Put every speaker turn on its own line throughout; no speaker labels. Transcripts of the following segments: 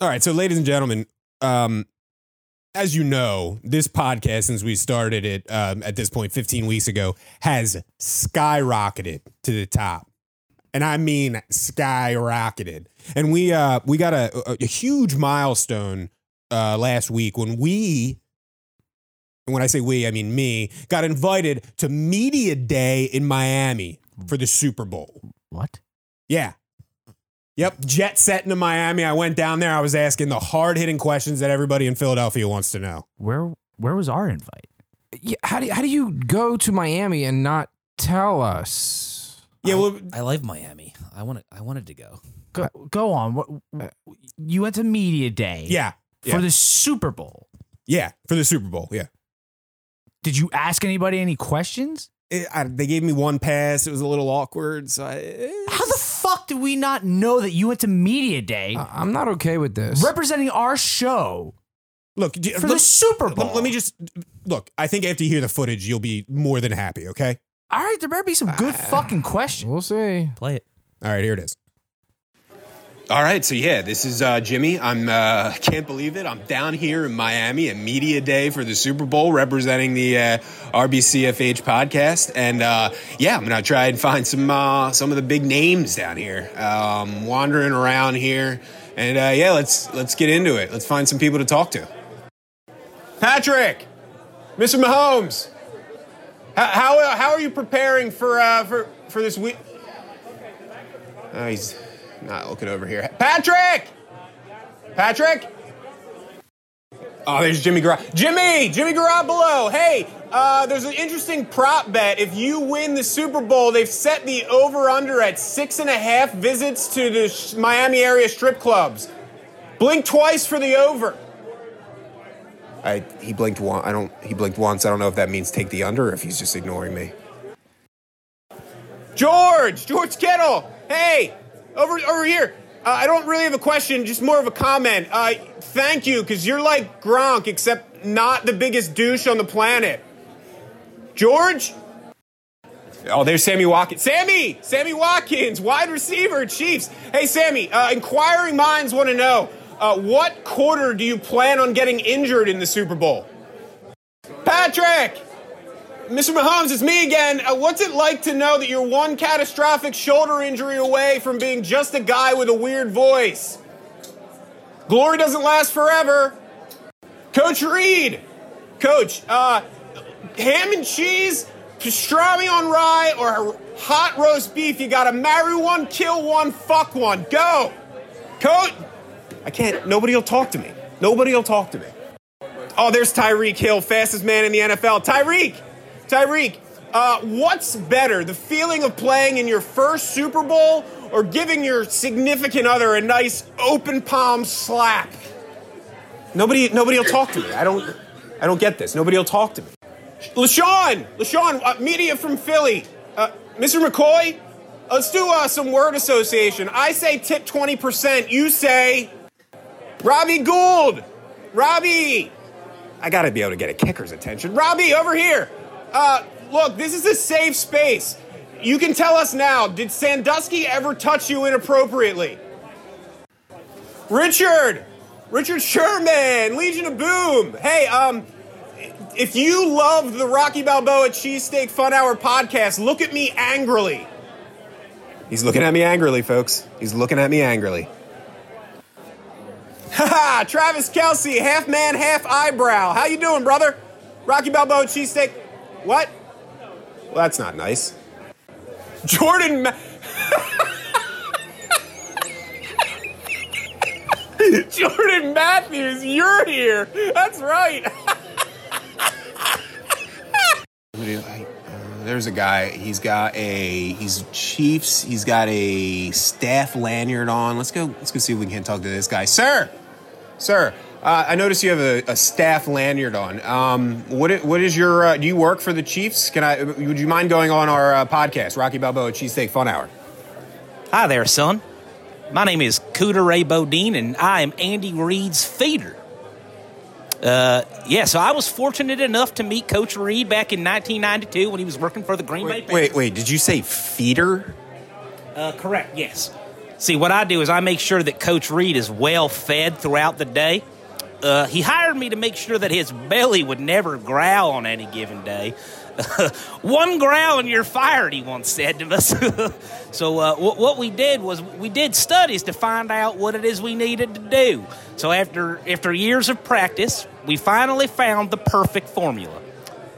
All right, so ladies and gentlemen, um, as you know, this podcast since we started it um, at this point 15 weeks ago has skyrocketed to the top, and I mean skyrocketed. And we uh, we got a, a, a huge milestone uh, last week when we. and When I say we, I mean me, got invited to Media Day in Miami for the Super Bowl.
What?
Yeah. Yep. Jet setting to Miami. I went down there. I was asking the hard hitting questions that everybody in Philadelphia wants to know.
Where where was our invite?
Yeah, how do how do you go to Miami and not tell us?
Yeah. Well,
I love Miami. I want I wanted to go.
Go go on. What,
Uh,
you went to media day.
yeah.
For
yeah.
the Super Bowl.
Yeah. For the Super Bowl. Yeah.
Did you ask anybody any questions?
It- I- they gave me one pass. It was a little awkward. So I. eh.
How the fuck did we not know that you went to media day
I- I'm not okay with this.
representing our show
Look, d-
for the
let,
Super Bowl?
let, let me just look. I think after you hear the footage, you'll be more than happy. Okay.
All right, there better be some
Uh,
good fucking questions.
We'll see.
Play it.
All right. Here it is. All right, so yeah, this is uh, Jimmy. I'm uh, can't believe it. I'm down here in Miami at media day for the Super Bowl, representing the uh, RBCFH podcast, and uh, yeah, I'm gonna try and find some uh, some of the big names down here, um, wandering around here, and uh, yeah, let's let's get into it. Let's find some people to talk to. Patrick, Mr. Mahomes, how how, uh, how are you preparing for uh, for for this week? Oh, he's not looking over here. Patrick! Patrick! Oh, there's Jimmy Gar. Jimmy! Jimmy Garoppolo! Hey, uh, there's an interesting prop bet. If you win the Super Bowl, they've set the over under at six and a half visits to the sh- Miami area strip clubs. Blink twice for the over. I, he blinked once. I don't. He blinked once. I don't know if that means take the under or if he's just ignoring me. George, George Kittle. Hey, over over here. Uh, I don't really have a question, just more of a comment. Uh, thank you, because you're like Gronk, except not the biggest douche on the planet. George. Oh, there's Sammy Watkins. Sammy, Sammy Watkins, wide receiver, Chiefs. Hey, Sammy. Uh, inquiring minds want to know uh, what quarter do you plan on getting injured in the Super Bowl? Patrick. Mr. Mahomes, it's me again. Uh, what's it like to know that you're one catastrophic shoulder injury away from being just a guy with a weird voice? Glory doesn't last forever. Coach Reed, Coach, uh, ham and cheese, pastrami on rye, or hot roast beef. You gotta marry one, kill one, fuck one. Go, Coach. I can't. Nobody will talk to me. Nobody will talk to me. Oh, there's Tyreek Hill, fastest man in the NFL. Tyreek, Tyreek, uh, what's better, the feeling of playing in your first Super Bowl or giving your significant other a nice open palm slap? Nobody, nobody will talk to me. I don't, I don't get this. Nobody will talk to me. LaShawn, LaShawn, uh, media from Philly. Uh, Mr. McCoy, let's do uh, some word association. I say tip 20%. You say Robbie Gould. Robbie, I gotta be able to get a kicker's attention. Robbie, over here. Uh, look, this is a safe space. You can tell us now. Did Sandusky ever touch you inappropriately? Richard, Richard Sherman, Legion of Boom. Hey, um, if you loved the Rocky Balboa Cheesesteak Fun Hour podcast, look at me angrily. He's looking at me angrily, folks. He's looking at me angrily. Haha, Travis Kelsey, half man, half eyebrow. How you doing, brother? Rocky Balboa cheesesteak. What? Well, that's not nice. Jordan. Ma- Jordan Matthews, you're here. That's right. Who do I- uh, There's a guy. He's got a. He's Chiefs. He's got a staff lanyard on. Let's go. Let's go see if we can talk to this guy, sir. Sir, uh, I notice you have a, a staff lanyard on. Um, what i- What is your? Uh, do you work for the Chiefs? Can I? Would you mind going on our uh, podcast, Rocky Balboa Cheesesteak Fun Hour?
Hi there, son. My name is Cooter Ray Bodine, and I am Andy Reid's feeder. Uh, yeah, so I was fortunate enough to meet Coach Reid back in 1992 when he was working for the Green Bay
Wait,
Packers.
wait, wait. Did you say feeder?
Uh, correct, yes. See, what I do is I make sure that Coach Reed is well fed throughout the day. Uh, he hired me to make sure that his belly would never growl on any given day. One growl and you're fired, he once said to us. so, uh, what what we did was we did studies to find out what it is we needed to do. So, after, after years of practice, we finally found the perfect formula.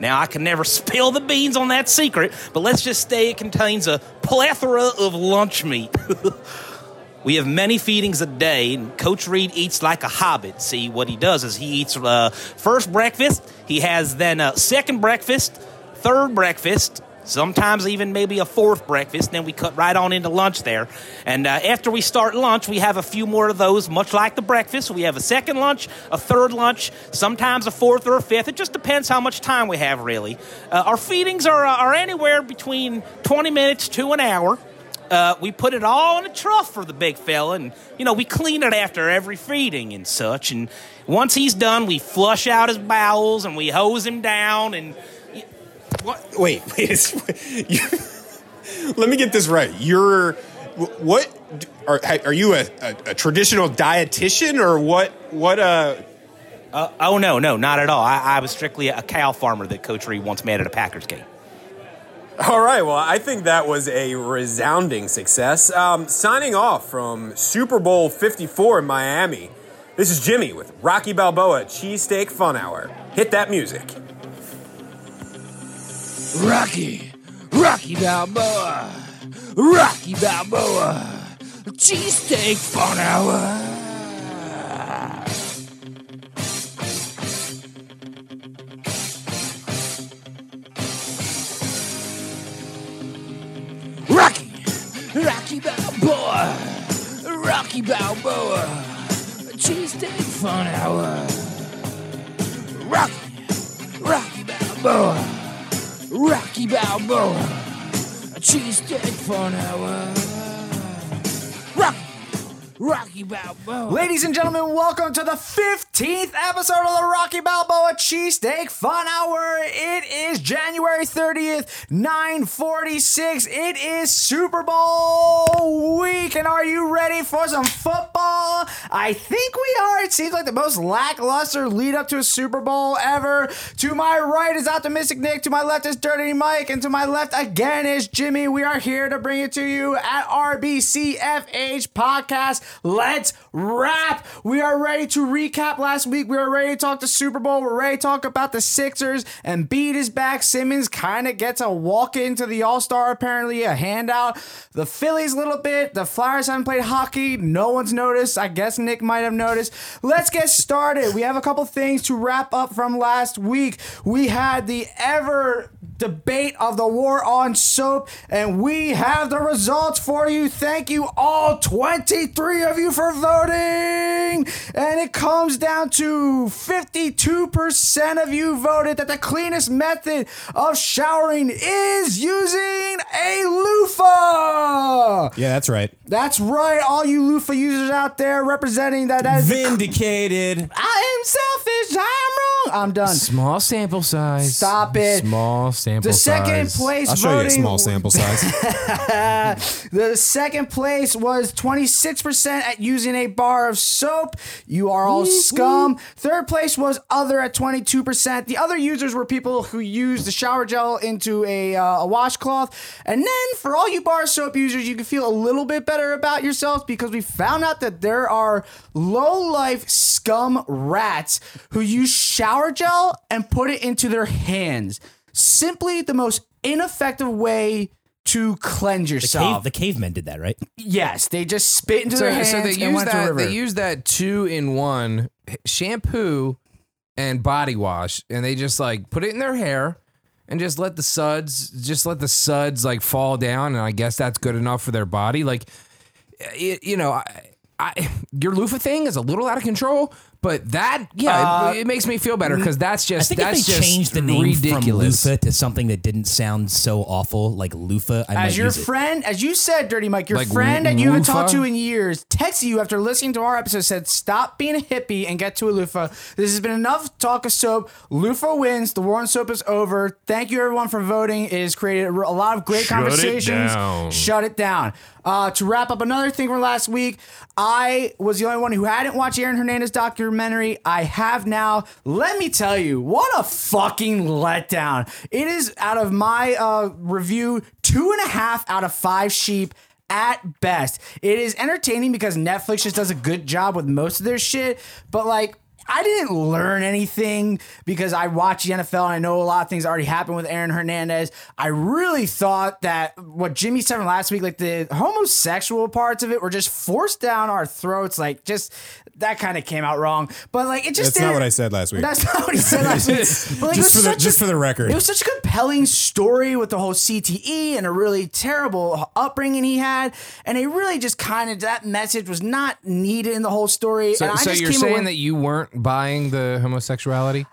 Now, I can never spill the beans on that secret, but let's just say it contains a plethora of lunch meat. We have many feedings a day, and Coach Reed eats like a hobbit. See, what he does is he eats uh, first breakfast, he has then a second breakfast, third breakfast, sometimes even maybe a fourth breakfast. Then we cut right on into lunch there. And uh, after we start lunch, we have a few more of those, much like the breakfast. We have a second lunch, a third lunch, sometimes a fourth or a fifth. It just depends how much time we have, really. Uh, our feedings are, uh, are anywhere between 20 minutes to an hour. Uh, we put it all in a trough for the big fella, and you know we clean it after every feeding and such. And once he's done, we flush out his bowels and we hose him down. And
Wait, wait. It's, you- let me get this right. You're what? Are, are you a, a, a traditional dietitian or what? What? Uh,
uh, oh no, no, not at all. I, I was strictly a cow farmer that Coach Reed once met at a Packers game.
All right, well, I think that was a resounding success. Um, signing off from Super Bowl 54 in Miami, this is Jimmy with Rocky Balboa Cheesesteak Fun Hour. Hit that music.
Rocky, Rocky Balboa, Rocky Balboa, cheesesteak fun hour. Rocky, Rocky Balboa, Rocky Balboa, cheesesteak fun hour. Rocky, Rocky Balboa. Rocky Balboa, a cheesesteak fun hour. Rocky, Rocky Balboa.
Ladies and gentlemen, welcome to the 15th episode of the Rocky Balboa Cheesesteak Fun Hour. It is January 30th, 946. It is Super Bowl week. And are you ready for some football? I think we are. It seems like the most lackluster lead up to a Super Bowl ever. To my right is Optimistic Nick. To my left is Dirty Mike. And to my left again is Jimmy. We are here to bring it to you at RBCFH Podcast. Let's wrap. We are ready to recap last week. We are ready to talk to Super Bowl. We're ready to talk about the Sixers. And Beat is back. Simmons kind of gets a walk into the All Star, apparently, a handout. The Phillies, a little bit. The Flyers haven't played hockey. No one's noticed. I guess Nick might have noticed. Let's get started. We have a couple things to wrap up from last week. We had the ever debate of the war on soap, and we have the results for you. Thank you, all 23 of you, for voting. And it comes down to 52% of you voted that the cleanest method of showering is using a loofah.
Yeah, that's right.
That's right, all you loofah users out there representing that. that is the-
Vindicated.
I am selfish. I am wrong. I'm done.
Small sample size.
Stop it.
Small sample
The second
size.
place
I'll show you
voting
a small sample size.
The second place was 26% at using a bar of soap. You are all scum. Third place was other at 22%. The other users were people who used the shower gel into a, uh, a washcloth. And then for all you bar of soap users, you can feel a little bit better about yourselves because we found out that there are low life scum rats who use shower gel and put it into their hands. Simply the most ineffective way to cleanse yourself.
Cave, the cavemen did that, right?
Yes, they just spit into
So,
their hands
so they
and
use
went to a
that.
river.
They use that two in one h- shampoo and body wash, and they just like put it in their hair and just let the suds, just let the suds like fall down, and I guess that's good enough for their body. Like, it, you know, I, I, your loofah thing is a little out of control, but that yeah, it, it makes me feel better because that's
Uh, I
just
think
that's
if they
just
changed the name
ridiculous.
from loofah to something that didn't sound so awful, like loofah, I might
as your
use it.
friend, as you said, Dirty Mike, your
Like
friend
wo-
that you haven't talked to
loofah?
in years texted you after listening to our episode said, "Stop being a hippie and get to a loofah." This has been enough talk of soap. Loofah wins. The war on soap is over. Thank you everyone for voting. It has created a lot of great
Shut it
conversations.
down.
Shut it down. Uh, to wrap up another thing from last week, I was the only one who hadn't watched Aaron Hernandez documentary. I have now. Let me tell you, what a fucking letdown! It is out of my uh, review, two and a half out of five sheep at best. It is entertaining because Netflix just does a good job with most of their shit, but like I didn't learn anything because I watch the NFL and I know a lot of things already happened with Aaron Hernandez. I really thought that what Jimmy said from last week, like the homosexual parts of it, were just forced down our throats. Like, just that kind of came out wrong. But like, it just
That's not
didn't-
what I said last week.
That's not what he said last week. But, like, it was
Just for the-
such
just for the record.
it was such a compelling story with the whole CTE and a really terrible upbringing he had, and it really just kind of that message was not needed in the whole story.
So,
and I
so
just
you're
came
saying
away-
that you weren't buying the homosexuality?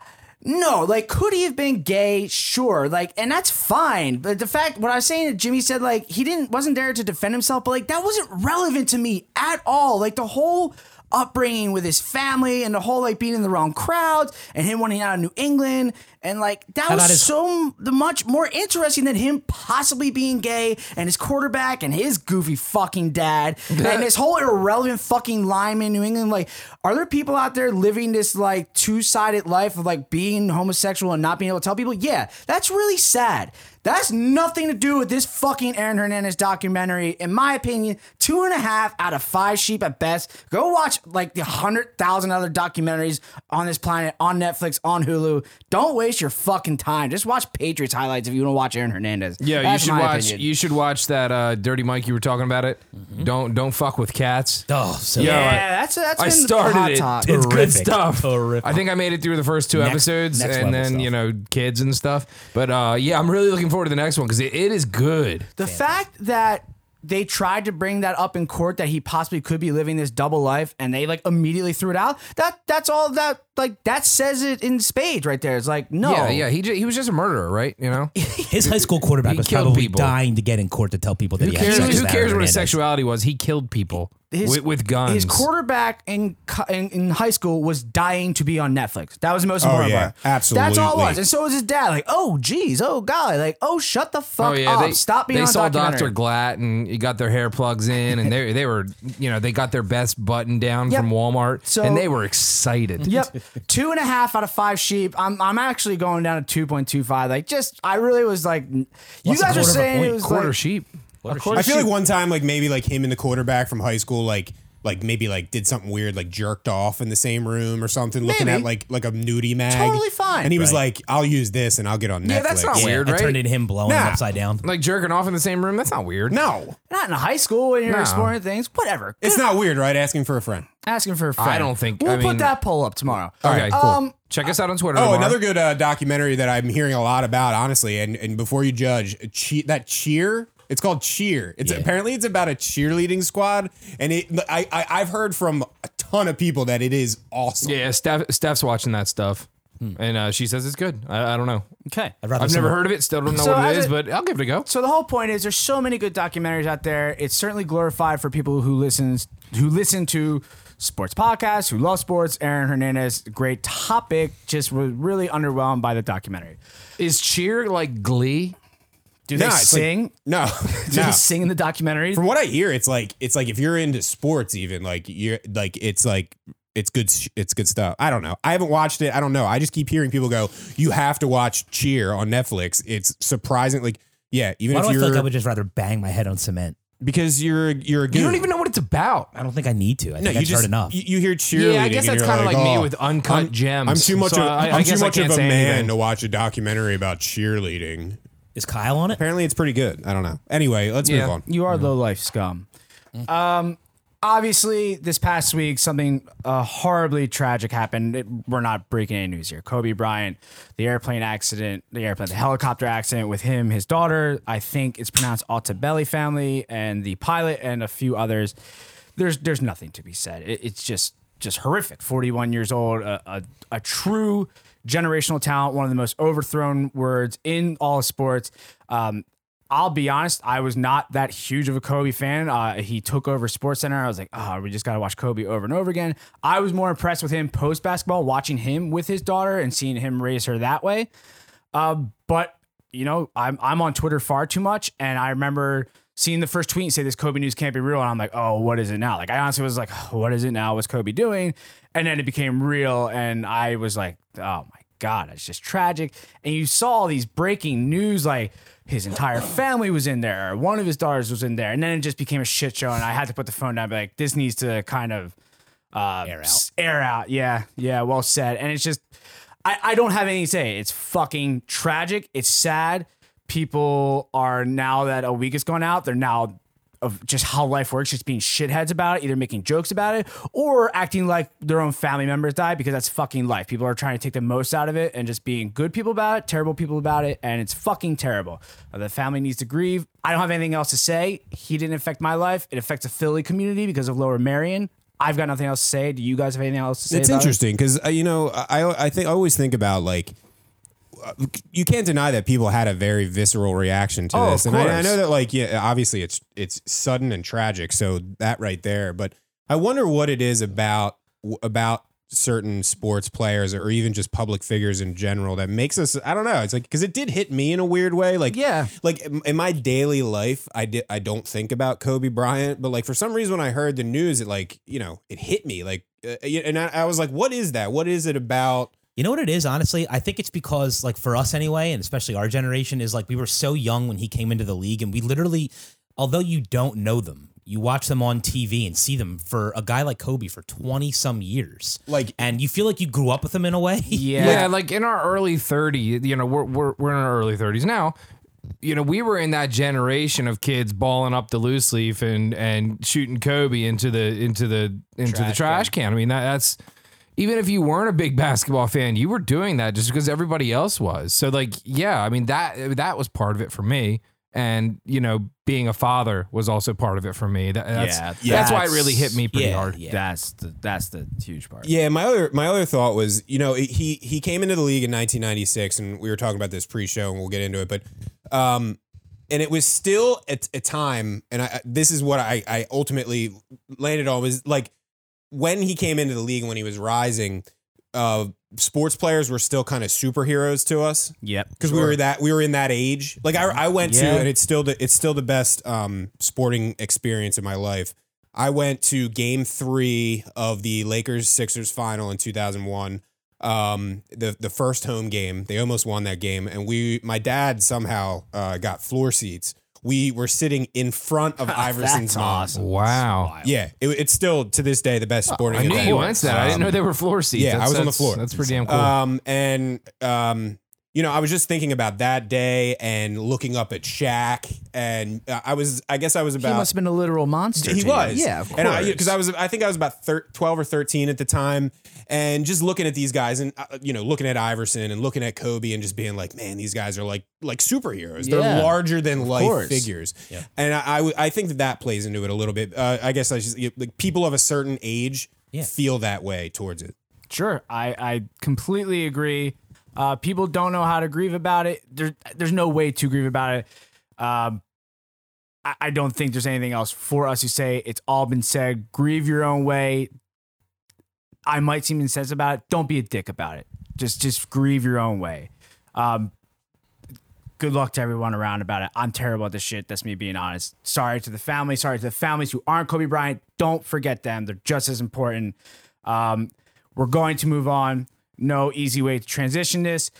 no, like, could he have been gay? Sure, like, and that's fine. But the fact, what I was saying, that Jimmy said, like, he didn't wasn't there to defend himself, but like, that wasn't relevant to me at all. Like, the whole upbringing with his family and the whole like being in the wrong crowds and him wanting out of New England and like that was
about his-
so m- much more interesting than him possibly being gay and his quarterback and his goofy fucking dad and this whole irrelevant fucking lineman in New England. Like, are there people out there living this like two sided life of like being homosexual and not being able to tell people? Yeah, that's really sad. That's nothing to do with this fucking Aaron Hernandez documentary, in my opinion. Two and a half out of five sheep at best. Go watch like the hundred thousand other documentaries on this planet on Netflix, on Hulu. Don't waste your fucking time. Just watch Patriots highlights if you want to watch Aaron Hernandez.
Yeah,
That's
you should
my
watch.
opinion.
You should watch that uh, Dirty Mike you were talking about. It don't don't fuck with cats.
Oh, so
Yeah,
yeah, that's that's
I
been
started
hot
it.
top.
It's good
Terrific.
stuff.
Terrific.
I think I made it through the first two episodes,
next
and
level
then
stuff.
you know kids and stuff. But uh, yeah, I'm really looking forward to the next one because it, it is good.
The fact that they tried to bring that up in court that he possibly could be living this double life and they like immediately threw it out. That that's all that like that says it in spades right there. It's like no.
Yeah, yeah. He j- he was just a murderer, right? You know,
his high school quarterback
He
was
killed
probably
people.
dying to get in court to tell people that
who
he had
cares?
sex
Who cares
with
what
Aaron
his
Hernandez.
sexuality was? He killed people with, with guns.
His quarterback in co- in, in high school was dying to be on Netflix. That was the most
Oh,
important
yeah,
part. That's all it
absolutely.
was. And so was his dad. Like, oh geez, oh golly, like, oh shut the fuck
Oh yeah,
up.
they
Stop being
They
on
saw Doctor
documentary.
Glatt and you got their hair plugs in, and they they were you know they got their best button down
Yep.
from Walmart,
So-
and they were excited.
Yep. two and a half out of five sheep. I'm I'm actually going down to two point two five. Like just I really was like n- you
What's a
guys were
quarter of a
saying it
point?
was
quarter
like,
sheep.
I feel like one time, like maybe like him and the quarterback from high school, like like maybe like did something weird, like jerked off in the same room or something, looking
Maybe.
at like like a nudie mag.
Totally fine.
And he was
Right.
like, "I'll use this and I'll get on Netflix."
Yeah, that's not
Yeah,
Weird,
it
right?
turned into him blowing him
Nah.
upside down.
Like jerking off in the same room. That's not weird.
No,
not in high school when you're
No.
exploring things. Whatever.
it's not weird, right? Asking for a friend.
Asking for a friend.
I don't think-
we'll
I
put
mean-
that poll up tomorrow.
Okay,
Alright,
cool.
um,
Check us out on Twitter.
Oh,
tomorrow.
another good uh, documentary that I'm hearing a lot about, honestly. And and before you judge, che- that cheer. It's called Cheer. It's apparently it's about a cheerleading squad, and it I, I I've heard from a ton of people that it is awesome.
Yeah, Steph, Steph's watching that stuff, and uh, she says it's good. I, I don't know.
Okay.
I'd rather
I've never
someone-
heard of it. Still don't know
So
what
as
it is,
a-
but I'll give it a go.
So the whole point is there's so many good documentaries out there. It's certainly glorified for people who listens who listen to sports podcasts, who love sports. Aaron Hernandez, great topic. Just was really underwhelmed by the documentary.
Is cheer like Glee?
Do
E? No,
they
it's like-
sing?
No,
Do
no.
they sing in the documentary?
From what I hear, it's like it's like if you're into sports, even like you're like it's like it's good sh- it's good stuff. I don't know. I haven't watched it. I don't know. I just keep hearing people go, "You have to watch Cheer on Netflix." It's surprising. Like, yeah, even
Why do
if
I feel
you're
like I would just rather bang my head on cement?
because you're you're a
You don't
goon.
even know what it's about.
I don't think I need to.
No,
I think
you
I've
just
heard enough.
You, you hear cheerleading.
Yeah, I guess
and you're
that's kind of like, me
"Oh,
with uncut
I'm,
gems.
I'm too much.
So
of,
I,
I,
I
am too
guess I
much of
can't
a
say
man
anything.
to watch a documentary about cheerleading.
Is Kyle on it?
Apparently, it's pretty good. I don't know. Anyway, let's
Yeah.
move on.
You are low life scum. Um, obviously, this past week something uh, horribly tragic happened. It, we're not breaking any news here. Kobe Bryant, the airplane accident, the airplane, the helicopter accident with him, his daughter. I think it's pronounced Altabelli family, and the pilot, and a few others. There's there's nothing to be said. It, it's just just horrific. 41 years old, a, a, a true generational talent. One of the most overthrown words in all of sports. Um, I'll be honest, I was not that huge of a Kobe fan. Uh, he took over Sports Center. I was like, oh, we just got to watch Kobe over and over again. I was more impressed with him post basketball, watching him with his daughter and seeing him raise her that way. Uh, but you know, I'm I'm on Twitter far too much, and I remember seeing the first tweet and say this Kobe news can't be real, and I'm like, oh, what is it now? Like I honestly was like, what is it now? What's Kobe doing? And then it became real, and I was like, oh my god, it's just tragic. And you saw all these breaking news, like his entire family was in there, one of his daughters was in there, and then it just became a shit show, and I had to put the phone down, and be like, this needs to kind of uh, air out. Air out. Yeah. Yeah. Well said. And it's just, I, I don't have anything to say. It's fucking tragic. It's sad. People are now that a week has gone out, they're now of just how life works, just being shitheads about it, either making jokes about it or acting like their own family members died because that's fucking life. People are trying to take the most out of it and just being good people about it, terrible people about it, and it's fucking terrible. Uh, The family needs to grieve. I don't have anything else to say. He didn't affect my life. It affects the Philly community because of Lower Marion. I've got nothing else to say. Do you guys have anything else to say?
It's
about it?
interesting because uh, you know I I think I always think about like uh, you can't deny that people had a very visceral reaction to
Oh,
this,
of
and I, I
course.
know that like yeah, obviously it's it's sudden and tragic, so that right there. But I wonder what it is about about certain sports players or even just public figures in general that makes us I don't know it's like cuz it did hit me in a weird way like
Yeah.
like in in my daily life I did I don't think about Kobe Bryant but like for some reason when I heard the news it like you know it hit me like uh, and I, I was like what is that what is it about
You know what it is, honestly? I think it's because, like, for us anyway, and especially our generation, is like we were so young when he came into the league, and we literally, although you don't know them, you watch them on TV and see them for a guy like Kobe for 20 some years.
Like-
and you feel like you grew up with him in a way.
Yeah.
Yeah, like in our early 30, you know, we're, we're, we're in our early 30s now. You know, we were in that generation of kids balling up the loose leaf and and shooting Kobe into the into the into the trash can. I mean, that, that's even if you weren't a big basketball fan, you were doing that just because everybody else was. So like, yeah, I mean that that was part of it for me. And you know, being a father was also part of it for me. That, that's,
Yeah,
that's why it
that's-
really hit me pretty
Yeah,
hard.
yeah.
That's the that's the huge part.
Yeah, my other my other thought was, you know, he he came into the league in 1996, and we were talking about this pre-show, and we'll get into it, but um, and it was still at a time, and I- I this is what I I ultimately landed on was like when he came into the league and when he was rising, uh, sports players were still kind of superheroes to us
Yep.
because we were that we were in that age. Like I, I went
Yeah.
to and it's still the it's still the best um, sporting experience in my life. I went to Game Three of the Lakers Sixers final in two thousand one. Um, the the first home game, they almost won that game, and we my dad somehow uh, got floor seats. We were sitting in front of Iverson's
That's
mom.
awesome.
Wow.
Yeah, it, it's still to this day the best sporting.
I knew you
event.
went to that. I didn't know
Um,
they were floor seats.
yeah, I
That's-
was on the
that's-
floor.
That's pretty damn cool.
Um, and um, you know, I was just thinking about that day and looking up at Shaq, and uh, I was, I guess, I was about.
He must have been a literal monster.
He
to you.
was,
Yeah, of course.
and because I, was, I think I was about thir- twelve or thirteen at the time, and just looking at these guys, and uh, you know, looking at Iverson and looking at Kobe, and just being like, man, these guys are like like superheroes.
Yeah.
They're larger than life
course.
figures, and I, I, w- I think that that plays into it a little bit. Uh, I guess I just like people of a certain age
Yeah.
feel that way towards it.
Sure, I, I completely agree. Uh, people don't know how to grieve about it. There, there's no way to grieve about it. Um, I, I don't think there's anything else for us to say. It's all been said. Grieve your own way. I might seem insensitive about it. Don't be a dick about it. Just, just grieve your own way. Um, good luck to everyone around about it. I'm terrible at this shit. That's me being honest. Sorry to the family. Sorry to the families who aren't Kobe Bryant. Don't forget them. They're just as important. Um, we're going to move on. No easy way to transition this.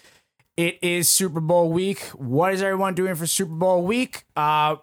It is Super Bowl week. What is everyone doing for Super Bowl week? Uh,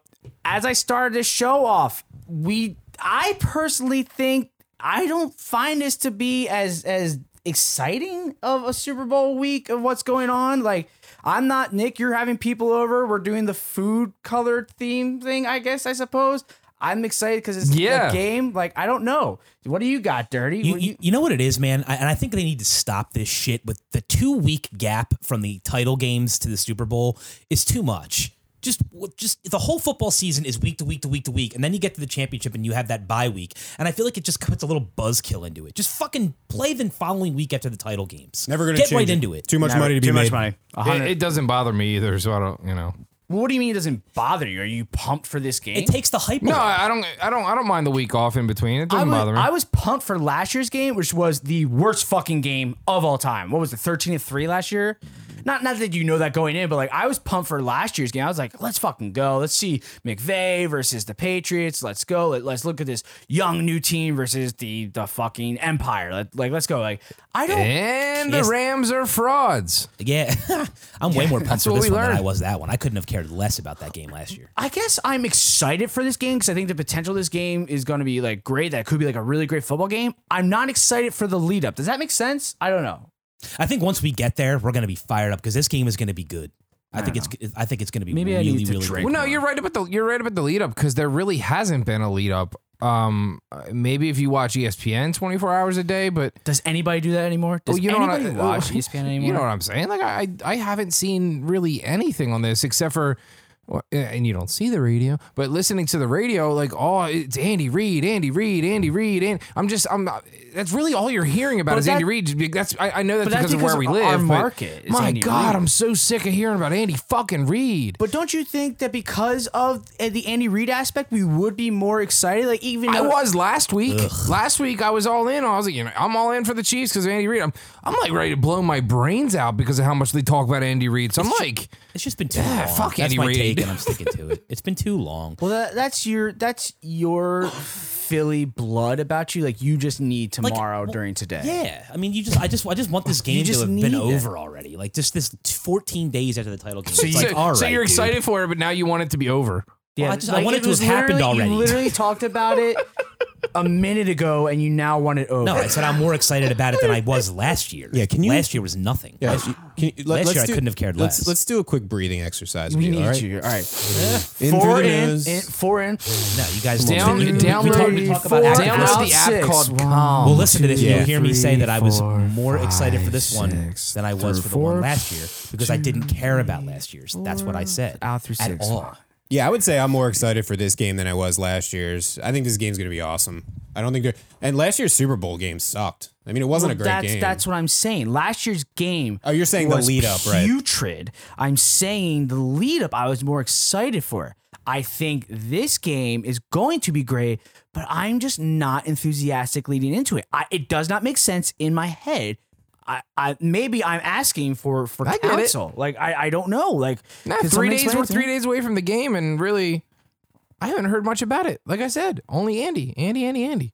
as I started this show off, we I personally think I don't find this to be as as exciting of a Super Bowl week of what's going on. Like I'm not Nick. You're having people over. We're doing the food colored theme thing. I guess I suppose. I'm excited because it's
Yeah.
a game. Like I don't know. What do you got, Dirty?
You,
What
you, you know what it is, man? I, and I think they need to stop this shit with the two week gap from the title games to the Super Bowl is too much. Just, just the whole football season is week to week to week to week, and then you get to the championship and you have that bye week, and I feel like it just puts a little buzzkill into it. Just fucking play the following week after the title games.
Never gonna
get
change
right
it.
into it.
Too much money to be
too
made.
much money. A
It,
hundred-
it doesn't bother me either, so I don't, you know.
what do you mean it doesn't bother you? Are you pumped for this game?
It takes the hype.
No,
away.
I I don't. I don't. I don't mind the week off in between. It
I
doesn't
was,
bother me.
I was pumped for last year's game, which was the worst fucking game of all time. What was it, 13 to 3 last year? not not that you know that going in, but like I was pumped for last year's game. I was like, let's fucking go. Let's see McVay versus the Patriots. Let's go. Let, us look at this young new team versus the the fucking Empire. Let, like let's go. Like I don't.
And the
Yes.
Rams are frauds.
Yeah, I'm way more pumped
That's
for
what
this
we
one than
learned.
I was that one. I couldn't have cared less about that game last year.
I guess I'm excited for this game because I think the potential of this game is going to be like great. That could be like a really great football game. I'm not excited for the lead up. Does that make sense? I don't know.
I think once we get there, we're gonna be fired up because this game is gonna be good. I, think it's I think it's gonna be
Maybe I
really
need to
really
drink
good.
Well, no, you're right about the you're right about the lead up because there really hasn't been a lead up. Um, uh, maybe if you watch E ESPN 24 hours a day, but
Does anybody do that anymore?
Oh,
Does
Well, you know what I-
anybody watch
E
well,
ESPN anymore?
You know what I'm saying? Like I, I haven't seen really anything on this except for, well, and you don't see the radio, but listening to the radio, like oh, it's Andy Reid, Andy Reid, Andy Reid, and I'm just, I'm. not- That's really all you're hearing about
But
is
that-
Andy Reid. That's I, I know that's,
but that's
because, of where we
because
live.
our
but
market is
my
Andy
God,
Reid.
I'm so sick of hearing about Andy fucking Reid.
But don't you think that because of uh, the Andy Reid aspect, we would be more excited? Like even
I
though-
was last week. Last week I was all in. I was like, you know, I'm all in for the Chiefs because Andy Reid. I'm, I'm like ready to blow my brains out because of how much they talk about Andy Reid. So I'm like,
It's just been too
Yeah,
long.
fuck
That's
Andy
my
Reid.
take, and I'm sticking to it. It's been too long.
Well, that, that's your that's your Philly blood about you. Like you just need
Like,
tomorrow
well,
during today.
Yeah, I mean, you just I just I just want this game to
just
have
need
been
it.
over already. Like just this 14 days after the title game.
So,
it's like, all right,
so you're
dude.
excited for it, but now you want it to be over.
Well,
Yeah,
I just I
like,
wanted
it
to have
was
happened
literally-
already.
You literally talked about it a minute ago, and you now want it over.
no, I said I'm more excited about it than I was last year.
Yeah, can you-
Last year was nothing.
Yeah,
Last-
you- can you- let-
last
let's
year I
do-
couldn't have cared
let's,
less.
Let's do a quick breathing exercise.
we
with you,
need
all right?
you. All right,
In through
four
the
in,
nose.
in, four in.
no, you guys
Down-
we, we- we
download-
talk, we talk about
four
acting
download
out.
out
the app
six.
called
One,
Calm.
Well, listen to this.
Yeah.
You'll hear me say that I was
Four,
more
five,
excited for this one
six,
than I was
through
for the
four,
one last year because I didn't care about last year's. That's what I said.
out through
At
six,
all.
five.
Yeah, I would say I'm more excited for this game than I was last year's. I think this game's going to be awesome. I don't think they're. And last year's Super Bowl game sucked. I mean, it wasn't a
Well,
great
that's,
game.
That's what I'm saying. Last year's game.
Oh, you're saying the
was
lead up, right?
Putrid. I'm saying the lead up. I was more excited for. I think this game is going to be great, but I'm just not enthusiastic leading into it. I, it does not make sense in my head. I, I maybe I'm asking for for
I get it.
counsel. Like I, I don't know. Like
Nah,
can
three
someone
days.
explain
We're
it to
three
me?
days away from the game, and really, I haven't heard much about it. Like I said, only Andy, Andy, Andy, Andy.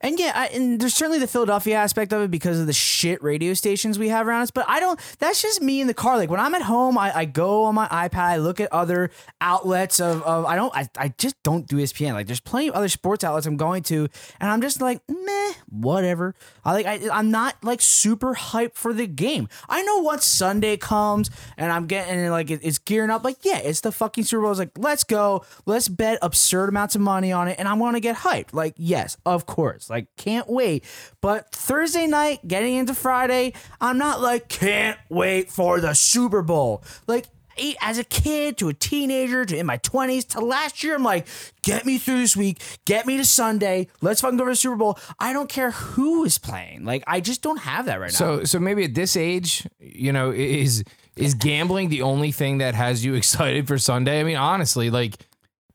And yeah, I, and there's certainly the Philadelphia aspect of it because of the shit radio stations we have around us. But I don't. That's just me in the car. Like when I'm at home, I, I go on my iPad, I look at other outlets of, of I don't. I, I just don't do E ESPN. Like there's plenty of other sports outlets I'm going to, and I'm just like meh, whatever. I like. I, I'm not like super hyped for the game. I know once Sunday comes and I'm getting like it- it's gearing up. Like yeah, it's the fucking Super Bowl. It's like let's go, let's bet absurd amounts of money on it, and I want to get hyped. Like yes, of course. Like can't wait. But Thursday night, getting into Friday, I'm not like can't wait for the Super Bowl. Like. e- As a kid to a teenager to in my 20s to last year, I'm like, get me through this week, get me to Sunday, let's fucking go to the Super Bowl. I don't care who is playing. Like, I just don't have that right now.
So, so maybe at this age, you know, is is gambling the only thing that has you excited for Sunday? I mean, honestly, like.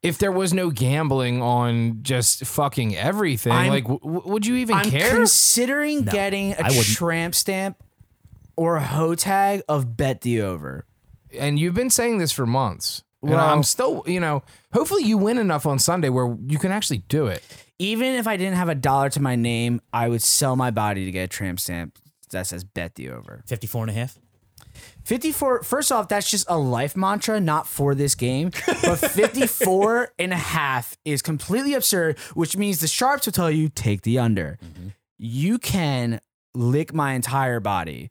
If there was no gambling on just fucking everything,
I'm-
like, w- w- would you even
I'm
care?
considering getting
I
a
wouldn't.
tramp stamp or a ho tag of bet the over.
and you've been saying this for months. Well,
Well-
I'm still, you know, hopefully you win enough on Sunday where you can actually do it.
Even if I didn't have a dollar to my name, I would sell my body to get a tramp stamp that says bet the over.
54 and a half.
54 first off that's just a life mantra not for this game but 54 and a half is completely absurd which means the sharps will tell you take the under
Mm-hmm.
you can lick my entire body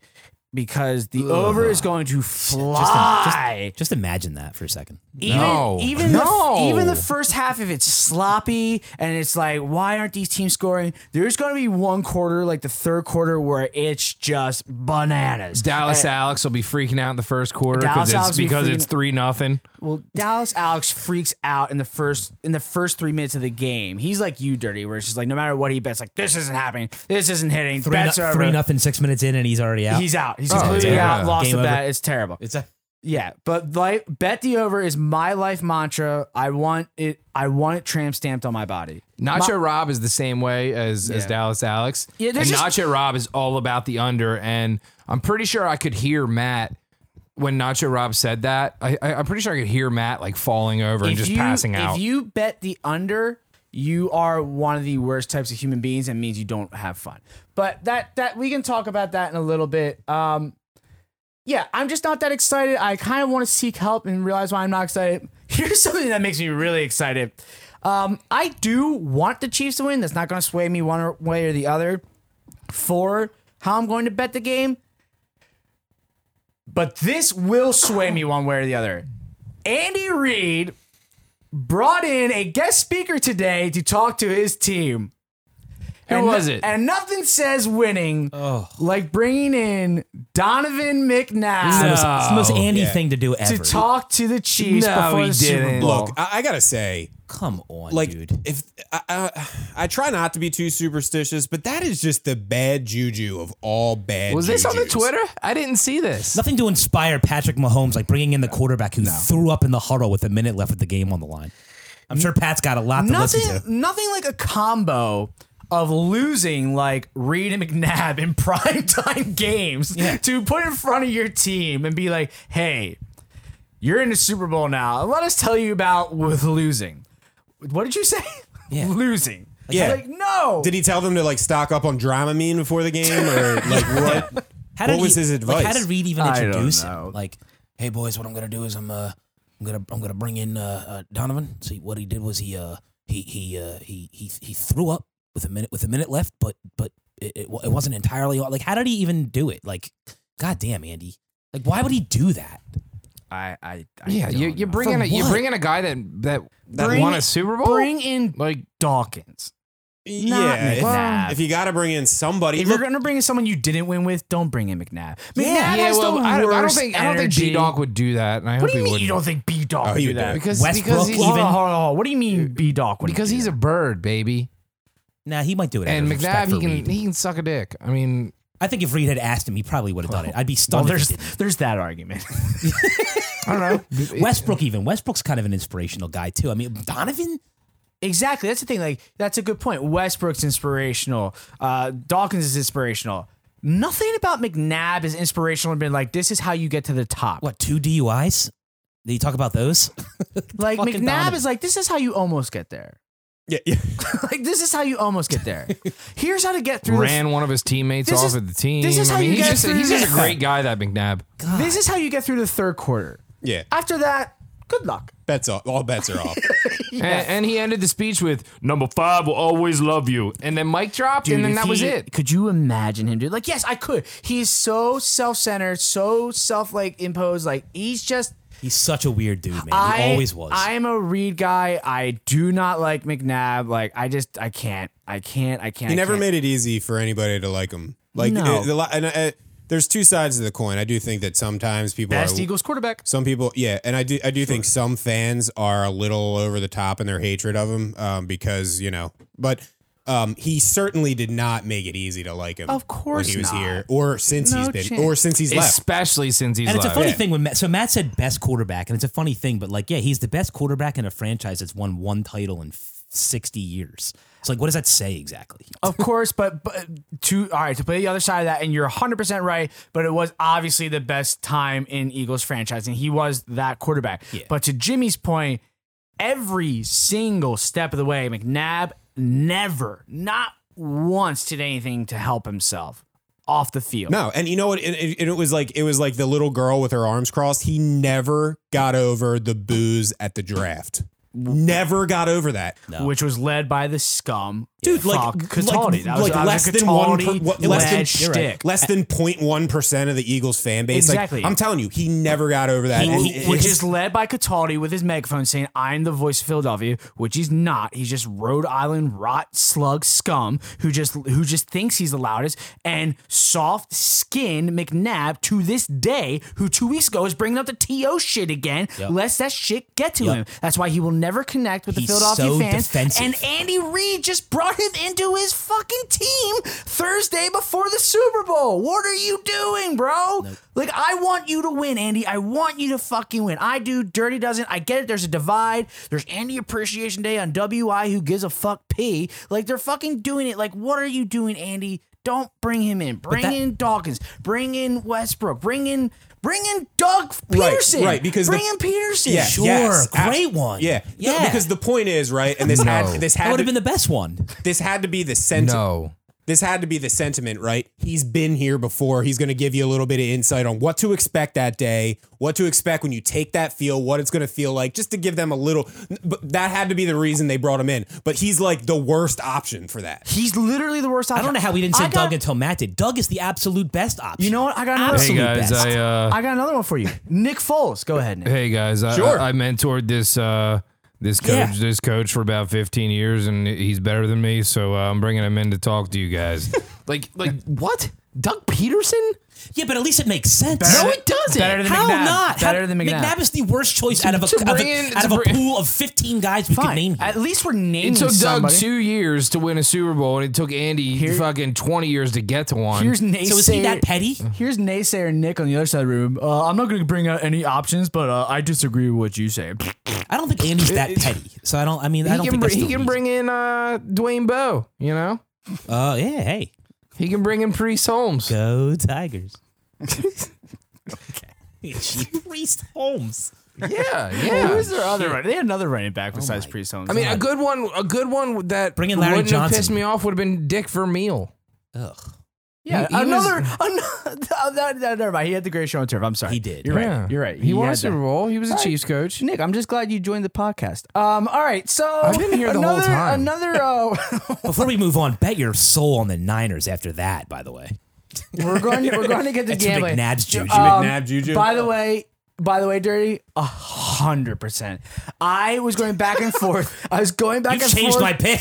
because the over is going to fly
Just imagine that for a second.
even
No.
even
No.
the, even the first half if it's sloppy and it's like why aren't these teams scoring there's going to be one quarter like the third quarter where it's just bananas
Dallas Alex will be freaking out in the first quarter
Eh. Dallas
because it's
Alex will be
because
freaking-
it's three nothing.
Well, Dallas Alex freaks out in the first in the first three minutes of the game. He's like you, dirty, where it's just like no matter what he bets, like this isn't happening, this isn't hitting,
Three,
bets
no-
are
three
over.
nothing, six minutes in, and he's already out.
He's out. He's
Oh,
completely
yeah.
out. Lost
Game
the bet.
over.
It's terrible.
it's a
yeah, but like bet the over is my life mantra. I want it. I want it tramp stamped on my body.
Nacho Rob is the same way as, as
Yeah.
Dallas Alex.
Yeah,
and
there's just-
Nacho Rob is all about the under. And I'm pretty sure I could hear Matt when Nacho Rob said that, I, I, I'm pretty sure I could hear Matt like falling over and
If
just
you-
passing out.
If you bet the under, you are one of the worst types of human beings and means you don't have fun. But that that we can talk about that in a little bit. Um yeah, I'm just not that excited. I kind of want to seek help and realize why I'm not excited. Here's something that makes me really excited. Um, I do want the Chiefs to win. That's not going to sway me one way or the other for how I'm going to bet the game. But this will sway me one way or the other. Andy Reid brought in a guest speaker today to talk to his team. Who and
was it?
And nothing says winning like bringing in Donovan McNabb
It's the most- it's the most Andy
Yeah.
thing to do ever.
to talk to the Chiefs
No,
before
he
the Super
didn't.
Bowl.
Look, I, I gotta say,
Come on,
like
dude.
if I, I, I try not to be too superstitious, but that is just the bad juju of all bad.
was this on the
jujus.
Twitter? I didn't see this.
Nothing to inspire Patrick Mahomes, like bringing in the quarterback who threw up in the huddle with a minute left with the game on the line. I'm sure Pat's got a lot to listen to.
nothing, nothing like a combo of losing like Reed and McNabb in primetime games to put in front of your team and be like, hey, you're in the Super Bowl now. Let us tell you about with losing. What did you say? losing.
Yeah.
Like, no.
Did he tell them to like stock up on Dramamine before the game, or like what?
How
What
did
was
he-
his
Like, how
advice?
did Reed even
I don't
introduce
know.
him? Like, hey boys, what I'm gonna do is I'm uh I'm gonna I'm gonna bring in uh, uh Donovan. See what he did was he uh he he uh he he he threw up with a minute with a minute left, but but it, it, wa- it wasn't entirely like how did he even do it? Like, goddamn, Andy. Like, why would he do that?
I, I, I
yeah, you,
don't
you
know.
bring in
For
a, you
what?
bring in a guy that that, that
Bring-
won a Super Bowl.
Bring in
like
Dawkins. Not
yeah, if-
McNabb.
if, you got to bring in somebody,
If
look,
you're gonna bring in someone you didn't win with, don't bring in McNabb. McNabb
yeah,
has
well,
the
I, don't-
worst
I don't think I don't think
energy.
B Dog would do that, and
What
I hope
do you
he
mean
wouldn't.
you don't think B Dog
Oh,
would
he
do
would do
that?
it.
because
Westbrook
because he's,
Hold
even?
on, hold on, hold on. What do you mean B Dog?
because he's a bird, baby.
Nah, he might do it. out
And
of
McNabb,
respect
he
for
can
Reed.
he can suck a dick. I mean,
I think if Reed had asked him, he probably would have done it. I'd be
well,
stunned. if he
Oh, there's
didn't.
there's that argument.
I don't know.
Westbrook even Westbrook's kind of an inspirational guy too. I mean Donovan.
exactly. That's the thing. Like that's a good point. Westbrook's inspirational. Uh, Dawkins is inspirational. Nothing about McNabb is inspirational and been like this is how you get to the top.
What two DUIs? Did you talk about those?
Like
Fucking
McNabb
Donovan.
is like this is how you almost get there.
yeah, yeah.
Like this is how you almost get there. Here's how to get through. the
ran one of his teammates
This
off
is-
of the team.
this is how
I mean,
you
he's
get
just,
through
he's just
this.
a great guy, that McNabb.
This is how you get through the third quarter.
yeah,
After that, good luck.
bets off. All bets are off.
And, and he ended the speech with "Number five will always love you," and then Mike dropped, and then
if
that was
he-
it.
Could you imagine him doing like, yes, I could. He is so self-centered, so self like imposed. Like he's just
He's such a weird dude, man. He
I
always was.
I am a Reed guy. I do not like McNabb. Like I just I can't. I can't. I can't.
He
I
never
can't.
made it easy for anybody to like him. Like,
No.
uh, the, li- and uh, there's two sides of the coin. I do think that sometimes people
best
are
Eagles quarterback.
some people yeah and i do i do think some fans are a little over the top in their hatred of him um, because you know but um, he certainly did not make it easy to like him
Of course
when he was
not.
here or since
No
he's been
chance.
or since he's left
Especially since he's
and it's a
left.
funny thing when Matt, so Matt said best quarterback, and it's a funny thing, but like yeah, he's the best quarterback in a franchise that's won one title in f- sixty years. So like, what does that say exactly?
Of course, but, but to all right to play the other side of that, and you're 100 percent right. But it was obviously the best time in Eagles franchise, and he was that quarterback. But to Jimmy's point, every single step of the way, McNabb never, not once, did anything to help himself off the field.
no and you know what it, it, it was like it was like the little girl with her arms crossed he never got over the booze at the draft never got over that
Which was led by the scum,
Dude, like-
Fuck,
like-
Cataldi. That was-
like
that was a
less than one per-
Cataldi
what- less
led
than-
you're right.
shtick.
less than 0.1% of the eagles fan base
Exactly.
like i'm telling you he never got over that
He-
And
he-
it-
which
it's-
is led by Cataldi with his megaphone saying, I'm the voice of Philadelphia, which he's not. He's just Rhode Island rot slug scum who just who just thinks he's the loudest, and soft skinned McNabb to this day, who two weeks ago is bringing up the TO shit again, lest that shit get to
Yep.
him. That's why he will never connect with
He's
the Philadelphia
so
fans.
defensive.
And Andy Reid just brought him into his fucking team Thursday before the Super Bowl. What are you doing, bro? Like, I want you to win, Andy. I want you to fucking win. I do. Dirty doesn't. I get it. There's a divide. There's Andy Appreciation Day on WI. Who gives a fuck P? Like, they're fucking doing it. Like, what are you doing, Andy? Don't bring him in. Bring
that-
in Dawkins. Bring in Westbrook. Bring in bring in Doug Peterson.
right, because the-
bring in Peterson.
Yeah,
Sure,
yes, ab-
great one.
Yeah, No,
Yeah.
because the point is right, and this had this
That
had
would
to,
have been the best one.
this had to be the sentiment.
No.
This had to be the sentiment, right? He's been here before. He's going to give you a little bit of insight on what to expect that day, what to expect when you take that feel, what it's going to feel like, just to give them a little. But that had to be the reason they brought him in. But he's like the worst option for that.
He's literally the worst
I
option.
don't know how we didn't say
I got-
Doug until Matt did. Doug is the absolute best option.
You know what? I got another
Hey
Absolute
guys,
best.
I uh,
I got another one for you. Nick Foles. Go ahead, Nick.
hey guys, I,
Sure.
I, I mentored this uh, this coach
Yeah.
this coach for about 15 years, and he's better than me, so uh, I'm bringing him in to talk to you guys. like, like what? Doug Peterson?
yeah, but at least it makes sense.
no, it doesn't.
better than
How
McNabb.
not?
Better
How-
than McNabb.
is the worst choice out of a,
to
out of,
bring in-
a, out
to
of a
bring-
pool of 15 guys we could name
Fine.
here.
At least we're naming
It took Doug
somebody.
two years to win a Super Bowl, and it took Andy fucking 20 years to get to one.
Here's naysayer.
So is he that petty?
Here's naysayer Nick on the other side of the room. Uh, I'm not going to bring out any options, but uh, I disagree with what you say.
I don't think Andy's that petty. So I don't. I mean, I
he
don't
can,
think
br-
that's
he
the
can bring in uh, Dwayne Bowe, you know?
reason. Uh, yeah. Hey,
He can bring in Priest Holmes.
go Tigers. okay. Priest Holmes.
Yeah,
Who
yeah.
is their other running? They had another running back besides Priest Holmes.
Oh I mean, a good one, a good one that
Bring in Larry
wouldn't have
Johnson.
pissed me off would have been Dick Vermeil.
Ugh.
yeah,
he- he
another. another that, that, never mind. He had the greatest show on turf. I'm sorry.
He did.
You're
Yeah.
right. You're right.
He, won a
had
Super
that.
Bowl. He was a
Right.
Chiefs coach.
Nick, I'm just glad you joined the podcast. Um, all right, so
I've been here the whole
another,
time.
Another, uh,
Before we move on, bet your soul on the Niners after that. By the way,
we're going. To, we're going to get to
That's
gambling.
McNabb's juice.
Um,
McNabb juju.
By the way, by the way, Dirty, a hundred percent. I was going back and forth. I was going back
You've
and
changed
forth.
my pick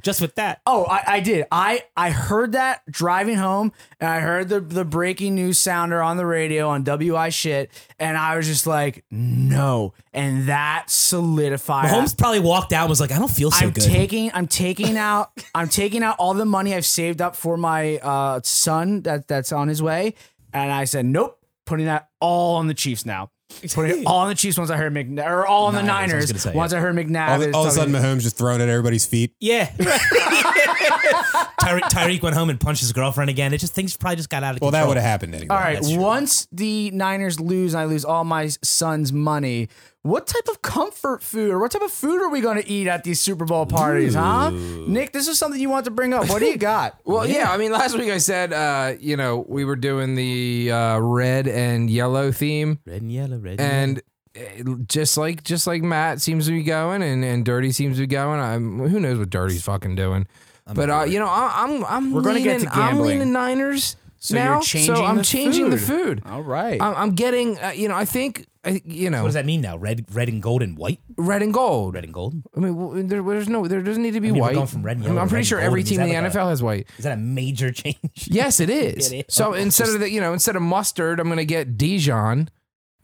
just with that.
Oh, I, I did. I, I heard that driving home, and I heard the, the breaking news sounder on the radio on WI shit, and I was just like, no. And that solidified.
Holmes probably walked out and was like, I don't feel so
I'm
good.
taking I'm taking out I'm taking out all the money I've saved up for my uh, son that that's on his way, and I said nope, putting that all on the Chiefs now. Putting it all on the Chiefs once I heard McNabb or all on the
Niners, I was
Niners
gonna say,
once I heard McNabb.
All,
is
all of a sudden,
talking-
Mahomes just thrown at everybody's feet.
yeah. Tyre- Tyreek went home and punched his girlfriend again. It just things probably just got out of
Well, that
control.
would have happened anyway.
all right,
that's true.
once the Niners lose, and I lose all my son's money. What type of comfort food or what type of food are we going to eat at these Super Bowl parties, huh? Nick, this is something you want to bring up. What do you got?
Well, yeah. I mean, last week I said, uh, you know, we were doing the uh, red and yellow theme,
Red and yellow, red
and it- just like just like Matt seems to be going, and, and Dirty seems to be going. I'm who knows what Dirty's fucking doing, but uh, you know, I, I'm I'm
We're gonna
leaning,
get to
I'm
gambling.
leaning Niners
So you're
now,
changing
so I'm
the
changing the
food.
food.
All right.
I'm, I'm getting, uh, you know, I think, I, you know,
What does that mean now? Red, red and gold and white.
red and gold.
Red and gold.
I mean, well, there, there's no, there doesn't need to be
mean, we're
white.
going from red and
I mean,
yellow
I'm
to
pretty
red
sure
and gold.
every
Is
team
that
in the
like a-
NFL has white.
Is that a major change?
Yes, it is.
It is.
So instead of the, you know, instead of mustard, I'm gonna get Dijon.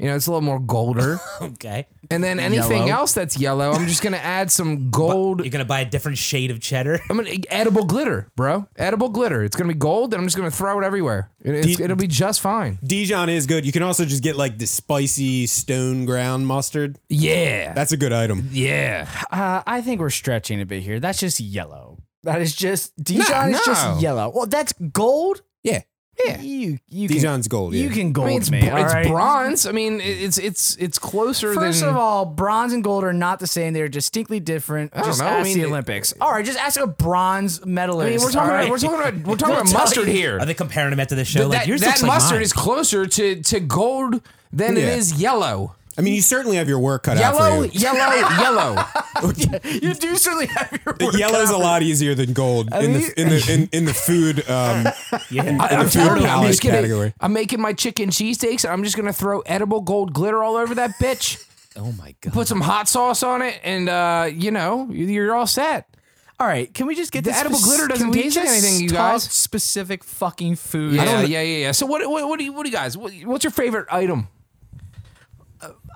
You know, it's a little more golder.
okay.
and then anything
Yellow.
else that's yellow, I'm just gonna add some gold.
You're gonna buy a different shade of cheddar.
I'm gonna e, edible glitter, bro. Edible glitter. It's gonna be gold, and I'm just gonna throw it everywhere. It, it's,
Do-
it'll be just fine.
Dijon is good. You can also just get like the spicy stone ground mustard.
Yeah.
That's a good item.
yeah.
Uh, I think we're stretching a bit here. That's just yellow. That is just Dijon is
no.
just yellow. Well, that's gold.
Yeah,
Yeah.
You you
Dijon's
can,
gold. Yeah.
You can gold
I mean, it's,
me.
bro-
all
it's
right?
bronze. I mean, it- it's it's it's closer
First
than.
of all, bronze and gold are not the same. They're distinctly different.
don't
Just
know. I
ask
mean,
the
it-
Olympics. all right, just ask a bronze medalist.
I mean, we're talking
all
about
right?
we're talking about we're talking about
tell
mustard
you-
here.
Are they comparing them after the show? like
that
yours
that
looks like
mustard
mine.
is closer to to gold than it
Yeah.
is yellow.
I mean, you certainly have your work cut out
Yellow,
for you.
yellow, yellow.
you do certainly have your work
Yellow is
cut
a
out.
lot easier than gold in
mean-
the in the in, in the food um, in, in the
I'm
food
telling you, I'm
palette
just gonna-
category.
I'm making my chicken cheesesteaks and I'm just gonna throw edible gold glitter all over that bitch.
Oh my god.
Put some hot sauce on it, and uh, you know you- you're all set.
All right, can we just get
The
this
edible
spec-
glitter doesn't
can we
taste like
just
anything, you
talk
guys.
Specific fucking food.
Yeah, yeah, yeah, yeah. So what, what, what do you, what do you guys? What, what's your favorite item?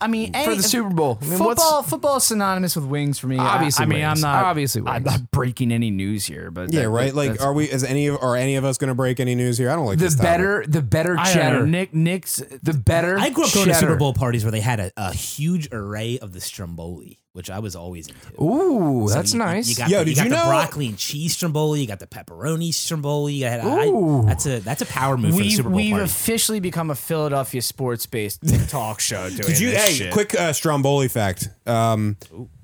I mean, any-
the Super Bowl. I mean, what's-
football, football is synonymous with wings for me. I-
Obviously
I, mean,
wings.
I'm not
Obviously
I'm
wings.
not breaking any news here, but
Yeah,
that-
right. Like,
that's-
are we? Is any of are any of us going to break any news here? I don't like
The
this topic.
better, the better
I don't know,
cheddar.
Nick, Nick's
The better.
I grew up going to
cheddar.
Super Bowl parties where they had a, a huge array of the stromboli. which I was always into.
Ooh,
So
that's
you- you-
nice.
You got,
Yo,
the,
did
you got
you
the
know-
broccoli and cheese stromboli. You got the pepperoni stromboli. You got,
Ooh.
I, that's a that's a power move for the
We've,
Super Bowl
we've
party.
officially become a Philadelphia sports based talk show. Doing
Did you?
This
Hey,
shit.
quick uh, Stromboli fact. Um,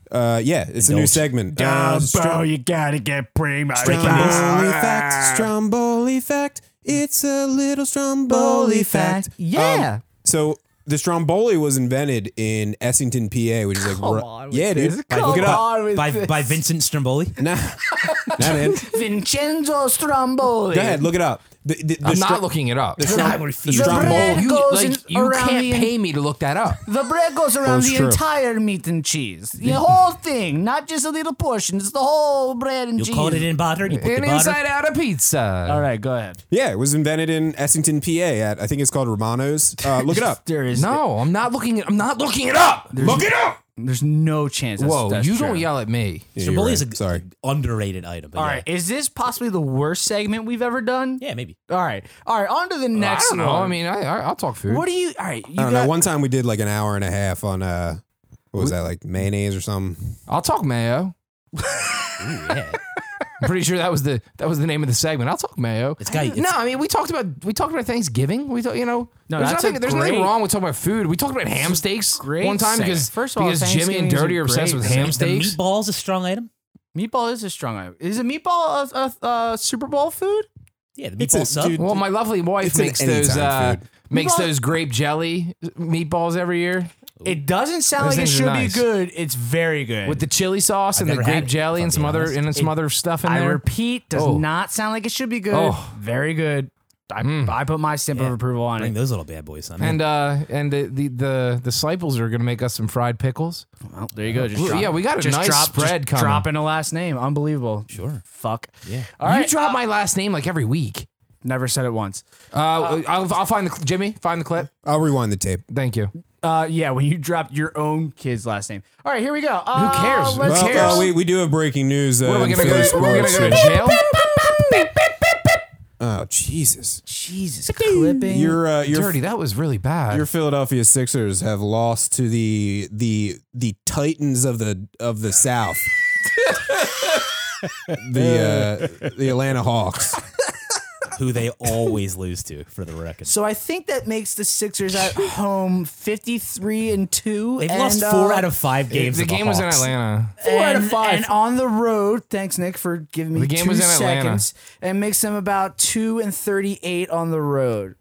uh, yeah, it's a new
Indulge.
segment. Uh,
Oh,
Strom-
you gotta get primo.
Stromboli fact. Stromboli fact. It's a little Stromboli fact.
Yeah.
Um, so the Stromboli was invented in Essington, PA, which is like ru-
on with
yeah, dude.
this.
Like, look it up.
on with
by
this.
by Vincent Stromboli.
Nah, nah, man.
Vincenzo Stromboli.
Go ahead, look it up. The, the, the
I'm
Stro-
not looking it up.
The, Strom-
I
the
refuse.
Stromboli.
Bread
you
goes in
like, you
around
can't
the-
pay me to look that up.
The bread goes around
it's
the
true.
entire meat and cheese. The whole thing, not just a little portion. It's the whole bread and
You
cheese.
coat it in butter. You put
An
the butter.
inside out of pizza.
All right, go ahead.
Yeah, it was invented in Essington, PA. At I think it's called Romano's. Uh, look it up.
There is
No, I'm not looking. I'm not looking it up.
look it up.
There's no chance. That's,
Whoa,
that's
you
true.
don't yell at me.
you're
Stromboli is
right.
a
Sorry.
underrated item. but
All
yeah.
right, is this possibly the worst segment we've ever done?
Yeah, maybe.
All right, all right. On to the
I
next
don't know.
one.
I mean, I, I, I'll talk food.
what do you? All right, you
I don't
got,
know. One time we did like an hour and a half on uh, what was that like mayonnaise or something?
I'll talk mayo. I'm pretty sure that was the that was the name of the segment. I'll talk mayo.
It's got- it's-
no. I mean, we talked about we talked about Thanksgiving. We talked, you know,
No,
there's
that's
nothing
a
there's nothing
great-
wrong with talking about food. We talked about ham steaks
great
one time
segment.
because
First of all,
because Jimmy and
Thanksgiving's a
Dirty are obsessed
great
with
segment.
ham
The
steaks.
meatball is a strong item.
meatball is a strong. item. Is a meatball a, a, a Super Bowl food?
Yeah, the
It's a-
meatball sub.
dude,
Well, my lovely wife
It's an
makes those uh,
anytime food.
makes
Meatball-
those grape jelly meatballs every year
It doesn't sound
Those
like it
things are
should
nice.
be good. It's very good.
with the chili sauce and the
never had
grape
it,
jelly
if
and
I'm
some
being
other
honest.
and some other stuff in
I
there.
repeat, does
Oh.
not sound like it should be good.
Oh. Hmm.
Very good. I, I put my stamp of approval on
Bring
it.
those little bad boys on.
And uh, and the the the disciples are gonna make us some fried pickles.
Well, there you go. Just
Well,
drop,
yeah, we got a
just
nice
drop,
spread
just
coming.
Dropping a last name, unbelievable. Sure. Fuck. Yeah. All
you
right.
uh,
drop my last name like every week.
Never said it once.
Uh, I'll, I'll find the cl- Jimmy. Find the clip.
I'll rewind the tape.
Thank you.
Uh, yeah, when you dropped your own kid's last name. All right, here we go. Uh,
cares? Who
Let's
Well,
cares?
uh, we, we do have breaking news. Uh,
What are we
in
gonna go?
Philly
We're gonna
sports.
go to jail.
Oh Jesus!
Jesus, clipping.
Your uh, your
Dirty. That was really bad.
your Philadelphia Sixers have lost to the the the Titans of the of the South. the uh, the Atlanta Hawks.
who they always lose to, for the record.
so I think that makes the Sixers at home fifty-three and two.
They've
and,
lost four
uh,
out of five games.
the
with
game was in
Hawks.
Atlanta.
four
out of five.
And on the road, thanks Nick for giving me
The game
two
was in Atlanta.
seconds. And makes them about two and thirty-eight on the road.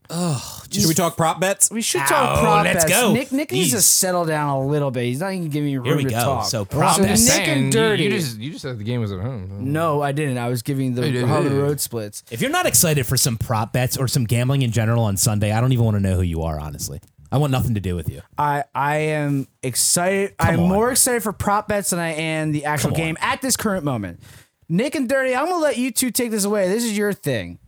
Should we talk prop bets?
We should talk prop
let's
bets.
go.
Nick, Nick needs to
Jeez.
settle down a little bit. He's not even giving me room
Here we
to
go.
talk.
So prop
So Nick
bets.
and
you-
Dirty.
You, just you just said the game was at home.
no, I didn't. I was giving the
did.
how the road splits.
If you're not excited for some prop bets or some gambling in general on Sunday, I don't even want to know who you are, honestly. I want nothing to do with you.
I I am excited. I'm
on.
more excited for prop bets than I am the actual
Come on.
game at this current moment. Nick and Dirty, I'm gonna let you two take this away. This is your thing.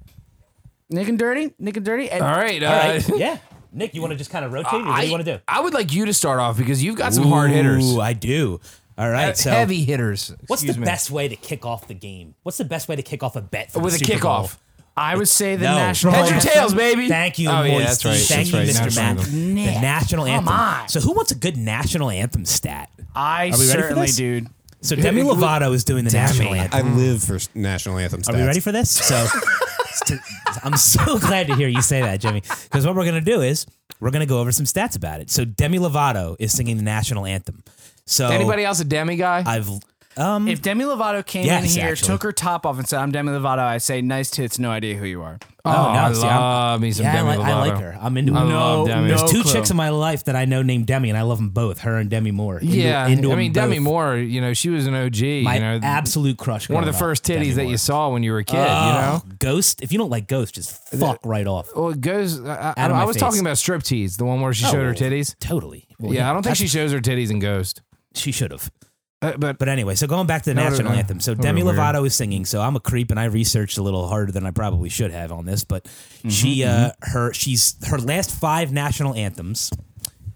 Nick and Dirty, Nick and Dirty. and-
All right.
All right.
uh,
yeah. Nick, you want to just kind of rotate or what do you want to do?
I would like you to start off because you've got some hard hitters,
Ooh, I do. All right. So
heavy hitters.
what's the
Excuse me.
best way to kick off the game? What's the best way to kick off a bet for
with
the
a
Super Bowl?
kickoff?
I would say the
No.
national.
Heads or
anthem.
tails, baby.
Thank you,
Oh, yeah,
Moisty.
that's right,
Thank
that's
you,
right,
Mr.
national
Matt.
anthem.
Nick,
The national
come
anthem.
on.
So who wants a good national anthem stat?
I
Are we ready for
certainly,
this?
dude.
So Demi Lovato is doing the national anthem.
I live for s- national anthem.
Are
stats.
we ready for this? So I'm so glad to hear you say that, Jimmy. Because what we're going to do is we're going to go over some stats about it. So Demi Lovato is singing the national anthem. So
Anybody else a demi guy?
I've um
If Demi Lovato came
Yes,
in here,
actually.
took her top off, and said, "I'm Demi Lovato," I say, "Nice tits, no idea who you are."
oh, I
no, see, I'm-
love me some
yeah, I,
Demi
like, I like
Lovato.
her. I'm into her.
love Demi.
no
There's two
clue.
chicks in my life that I know named Demi, and I love them both. Her and Demi Moore. Into-
Yeah,
into
I
'em
mean Demi
both.
Moore. You know, she was an OG.
my
you know,
absolute crush.
one of
growing
the
up,
first
Demi
titties that
Moore.
you saw when you were a kid.
Oh, Ghost. If you don't like Ghost, just fuck right off.
you know, well, it goes. I, I,
Out of my
I was
face.
talking about striptease, the one where she
Oh.
showed her titties.
Totally. Well,
yeah, I don't think
that's-
she shows her titties in Ghost.
she should have.
Uh, but
But anyway, so going back to the
No, no,
national
no.
anthem. So
That
Demi
would've been
Lovato is singing. So I'm a creep, and I researched a little harder than I probably should have on this. But she, uh, her, she's her last five national anthems.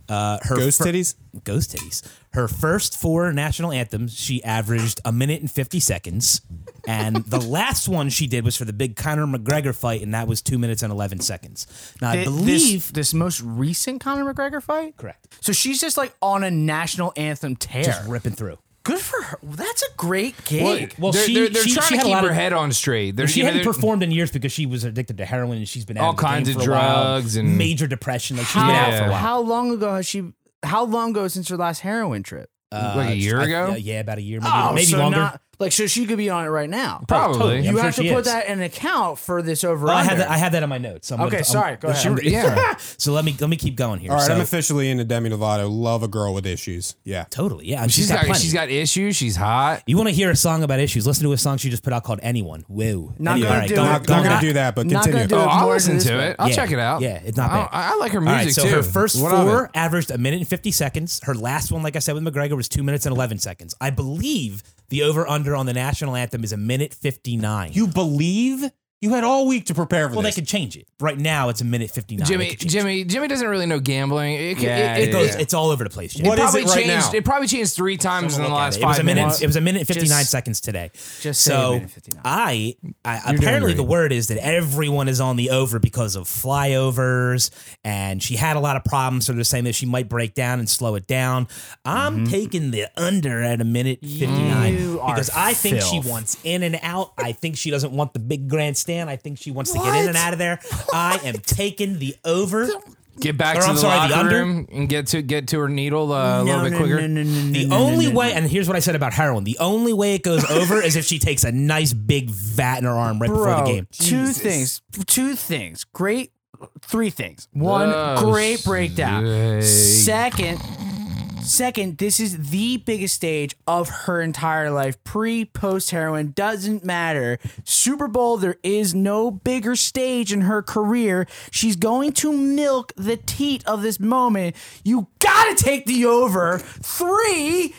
Uh, her
Ghost
fir-
titties?
Ghost titties. Her first four national anthems, she averaged a minute and 50 seconds. And the last one she did was for the big Conor McGregor fight, and that was two minutes and 11 seconds. Now, I
Th- this-
believe.
this, most recent Conor McGregor fight.
correct.
So she's just like on a national anthem tear.
Just ripping through.
Good for her. Well, that's a great gig.
Well,
they're,
she-
they're, they're
she-
trying
she
to
had a
keep
lot
her
of-
head on straight. They're,
She
you know,
hadn't
they're-
performed in years because she was addicted to heroin and she's been out
All
of the game
kinds of
for a while.
drugs and-
major depression. Like she's
how,
been out for a while.
how long ago has she? How long ago since her last heroin trip?
like a year
uh, I-
ago.
yeah, yeah, about a year, maybe, maybe
Oh, so
longer.
not- like, so she could be on it right now.
Probably.
totally.
Yeah,
you
I'm sure
have
she
to put
is.
that in account for this over.
Well, I had
under.
that. I had that on my notes. so I'm
Okay,
gonna-
sorry, go ahead.
Sure,
Yeah.
so let me let me keep going here.
All right,
So-
I'm officially into Demi Lovato. Love a girl with issues. Yeah.
totally. Yeah,
She's got,
plenty.
she's got issues. She's hot.
You want to hear a song about issues? Listen to a song she just put out called "Anyone." Whoa.
Not
Anyway,
gonna
all right,
do
go
it.
on,
Not-
go
not
on.
gonna do that, but
not gonna
continue.
do
Oh,
it
I'll
more
listen
than
to
this
it. I'll
Yeah.
check it out.
Yeah, it's not
I don't-
bad.
I, I like her
All
music
right, so
too.
her first
What of
four
it?
averaged a minute and 50 seconds. Her last one, like I said with McGregor, was two minutes and 11 seconds. I believe the over under on the national anthem is a minute 59.
You believe? You had all week to prepare for
well, they
this.
could change it. Right now, it's a minute 59. They
Jimmy,
could change
Jimmy, Jimmy doesn't really know gambling. It, could-
Yeah,
it,
It
it,
goes,
it,
It's all over the place. Jimmy.
What is
probably
it right
changed.
now?
It probably changed three times in the
Look at
last
it.
five
it was a minute,
minutes.
It was a minute fifty nine
Just-
seconds today. Just
say a
so
minute 59.
I, I apparently the
great.
word is that everyone is on the over because of flyovers, and she had a lot of problems. So they're saying that she might break down and slow it down. I'm taking the under at a minute fifty nine
Mm-hmm. You are
because I think
filth.
she wants in and out. I think she doesn't want the big grandstand. I think she wants to get in and out of there. I am taking the over.
Get back
Or,
to
I'm
the
sorry, the
locker
under?
room and get to get to her needle uh, a little bit quicker.
The only way, and here's what I said about heroin: the only way it goes over is if she takes a nice big vat in her arm right before
Bro,
the game.
Two things. Two things. Great. Three things. One,
Oh,
great breakdown.
shit.
Second, second, this is the biggest stage of her entire life. Pre, post heroin doesn't matter. Super Bowl, there is no bigger stage in her career. She's going to milk the teat of this moment. You gotta take the over. Three,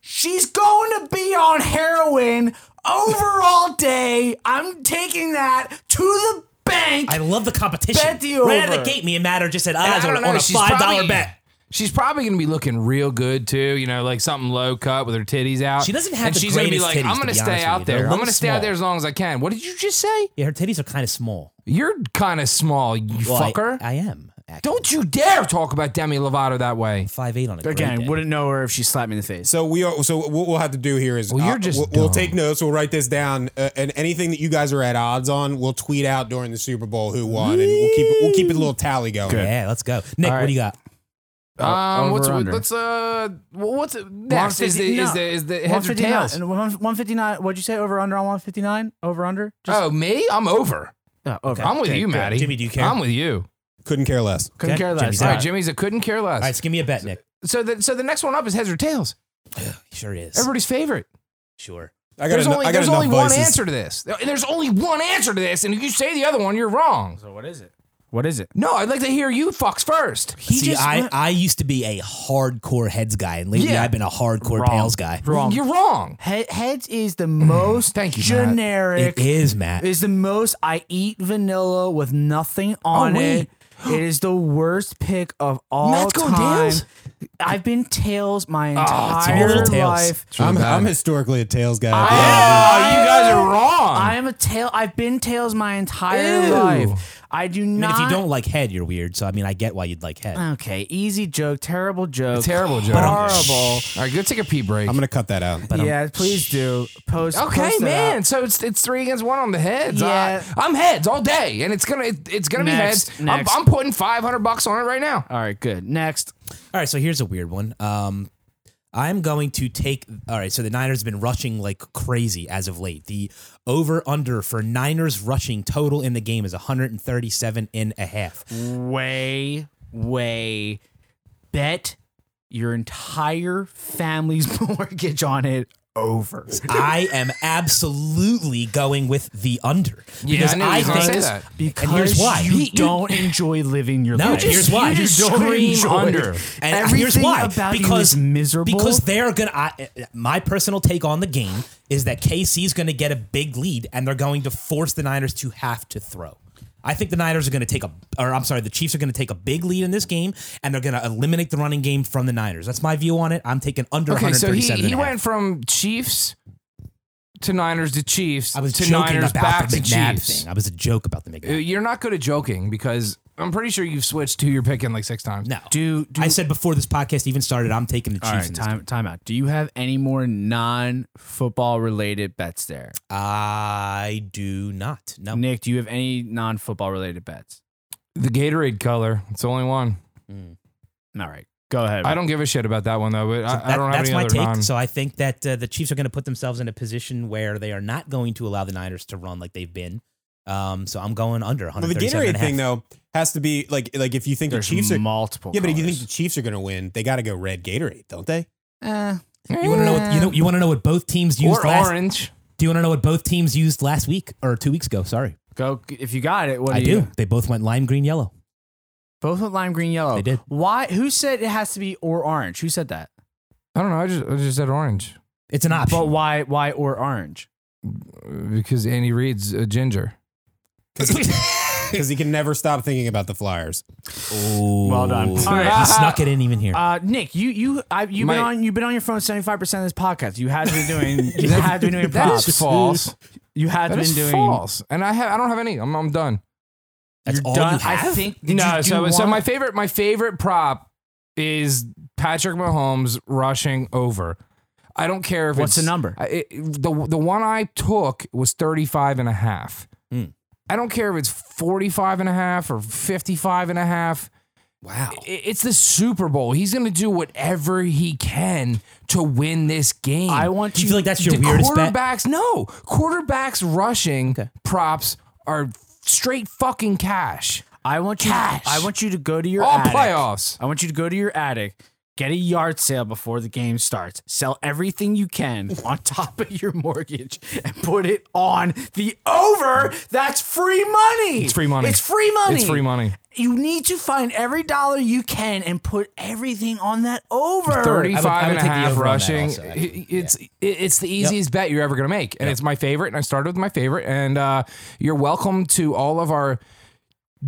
She's going to be on heroin over all day. I'm taking that to the bank.
I love the competition.
Bet the
right out of
over.
the gate, me and Matt are just at
I
odds
don't
on,
know,
on a
she's
five dollar
probably-
bet.
She's probably gonna be looking real good too, you know, like something low cut with her titties out.
She doesn't have
And
the
she's gonna be
greatest
like,
titties,
I'm
to
gonna
be honest
stay
with you.
out
They're
there.
a
I'm
little
gonna stay out there as
small.
long as I can. What did you just say?
Yeah, her titties are kind of small.
You're kind of small, you
Well, I-
fucker.
I, am. Actually.
don't you dare talk about Demi Lovato that way.
five eight on a great day.
Again, wouldn't know her if she slapped me in the face.
So we are, so what we'll have to do here is uh,
Well, you're just
we'll, we'll
dumb.
take notes. We'll write this down, uh, and anything that you guys are at odds on, we'll tweet out during the Super Bowl who won, and we'll keep we'll keep a little tally going.
Yeah, let's go, Nick. What do you got? Uh,
Um, what's
over, under.
let's uh, what's next? Is the, is the is the heads or
159
tails?
and 159. What'd you say? Over under on 159? Over under? Just,
Oh, me? I'm over.
oh, over.
I'm with you, Maddie.
Jimmy, do you care?
I'm with you.
Couldn't care less.
Couldn't
Okay,
care
Jimmy's
less.
All
out.
right, Jimmy's a couldn't care less.
All right, so give me a bet, Nick.
So the so the next one up is heads or tails.
He sure is.
Everybody's favorite.
sure.
I got
There's
eno-
only
I got
there's
enough
only
voices.
one answer to this. There- There's only one answer to this, and if you say the other one, you're wrong.
So what is it? What is it?
No, I'd like to hear you fucks first.
He
See,
just
I,
went-
I used to be a hardcore heads guy, and lately
Yeah.
I've been a hardcore
Wrong.
tails guy.
Wrong.
You're wrong.
He- heads is the most
Thank you, Matt.
generic.
It is Matt.
is the most I eat vanilla with nothing on it.
Oh, wait.
It is the worst pick of all
Matt's going
time.
tails? Ah,
I've been tails my
all
entire
tails.
life.
I'm, I'm historically a tails guy.
Oh, you guys are wrong.
I am a tail. I've been tails my entire
Ew.
life. I do
I mean,
not.
if you don't like head, you're weird. So I mean, I get why you'd like head.
okay, easy joke, terrible joke,
Terrible joke.
horrible.
All right, go take a pee break.
I'm gonna cut that out.
Yeah, please do post.
Okay,
post it
man.
up.
So it's it's three against one on the heads.
Yeah.
I, am heads all day, and it's gonna it, it's gonna
Next,
be heads.
next.
I'm, I'm putting five hundred bucks on it right now.
All right, good. Next,
All right, so here's a weird one. Um, I'm going to take. All right, so the Niners have been rushing like crazy as of late. The over under for Niners rushing total in the game is 137 and a half.
way, way, bet your entire family's mortgage on it over.
I am absolutely going with the under. Because
I knew you was gonna say that.
Because
And here's why.
you
You-
don't enjoy living your
No,
life.
here's why.
You
You
just
don't
scream
enjoy
under.
it.
And here's
Everything
why.
about you
because
is miserable.
Because they're gonna. I, my personal take on the game is that KC's gonna get a big lead, and they're going to force the Niners to have to throw. I think the Niners are going to take a, or I'm sorry, the Chiefs are going to take a big lead in this game, and they're going to eliminate the running game from the Niners. That's my view on it. I'm taking under
Okay, so he,
137.
he
and a half.
went from Chiefs to Niners to Chiefs
I was
to
joking
Niners
about
back
the
to
McNabb
Chiefs.
thing. I was a joke about the
Uh,
McNabb.
You're not good at joking because I'm pretty sure you've switched to your pick in like six times.
No,
Do- do-
I said before this podcast even started, I'm taking the Chiefs.
All right,
in this
time time out. Do you have any more non football related bets there?
I do not. No.
Nick, do you have any non football related bets?
The Gatorade color. It's the only one.
All right, go ahead.
I don't give a shit about that one though. But I, I
That-
don't have
that's
any
my
other
take.
non-
So I think that uh, the Chiefs are going to put themselves in a position where they are not going to allow the Niners to run like they've been. Um, so I'm going under
Well, the
137
Gatorade thing though has to be like like if you think
There's
the Chiefs are
multiple.
yeah, but if you think the Chiefs are going to win, they got to go red Gatorade, don't they?
You eh. want to know what you know? You want to know what both teams used
or
last?
orange.
Do you want to know what both teams used last week or two weeks ago? Sorry,
go if you got it. What
I
do you
do. They both went lime, green, yellow.
Both with lime green yellow.
They did.
Why? Who said it has to be or orange? Who said that?
I don't know. I just I just said orange
It's an option.
But why? Why or orange?
uh, because Andy Reid's a ginger.
Because he can never stop thinking about the Flyers.
well
done.
All
All
right,
right.
I snuck it in even here.
Uh, Nick, you you I, you've
My-
been on you've been on your phone seventy five percent of this podcast. You had been doing you had been doing
That
props.
is false.
You had
That
been
is
doing.
false. And I have I don't have any. I'm I'm done.
That's
you're
all
done-
you have.
I think did
no.
you do
So so
one-
my favorite my favorite prop is Patrick Mahomes rushing over. I don't care if
What's
it's
the number?
I- it- the the one I took was 35 and a half.
Hmm.
I don't care if it's 45 and a half or 55 and a half.
wow.
I- It's the Super Bowl. He's going to do whatever he can to win this game.
I want
Do you
you.
feel like that's your
The
weirdest bet?
quarterbacks, no. Quarterbacks rushing props are straight fucking cash.
I want you.
Cash.
I want you to go to your
All
attic.
playoffs.
I want you to go to your attic, get a yard sale before the game starts, sell everything you can on top of your mortgage, and put it on the over. That's free money.
It's free money.
It's free money.
It's free money.
You need to find every dollar you can and put everything on that over.
35
I
and
would
a
take the
half
over on that
rushing.
also, actually.
It- It's it- it's the easiest bet you're ever going to make. And it's my favorite. And I started with my favorite. And uh, you're welcome to all of our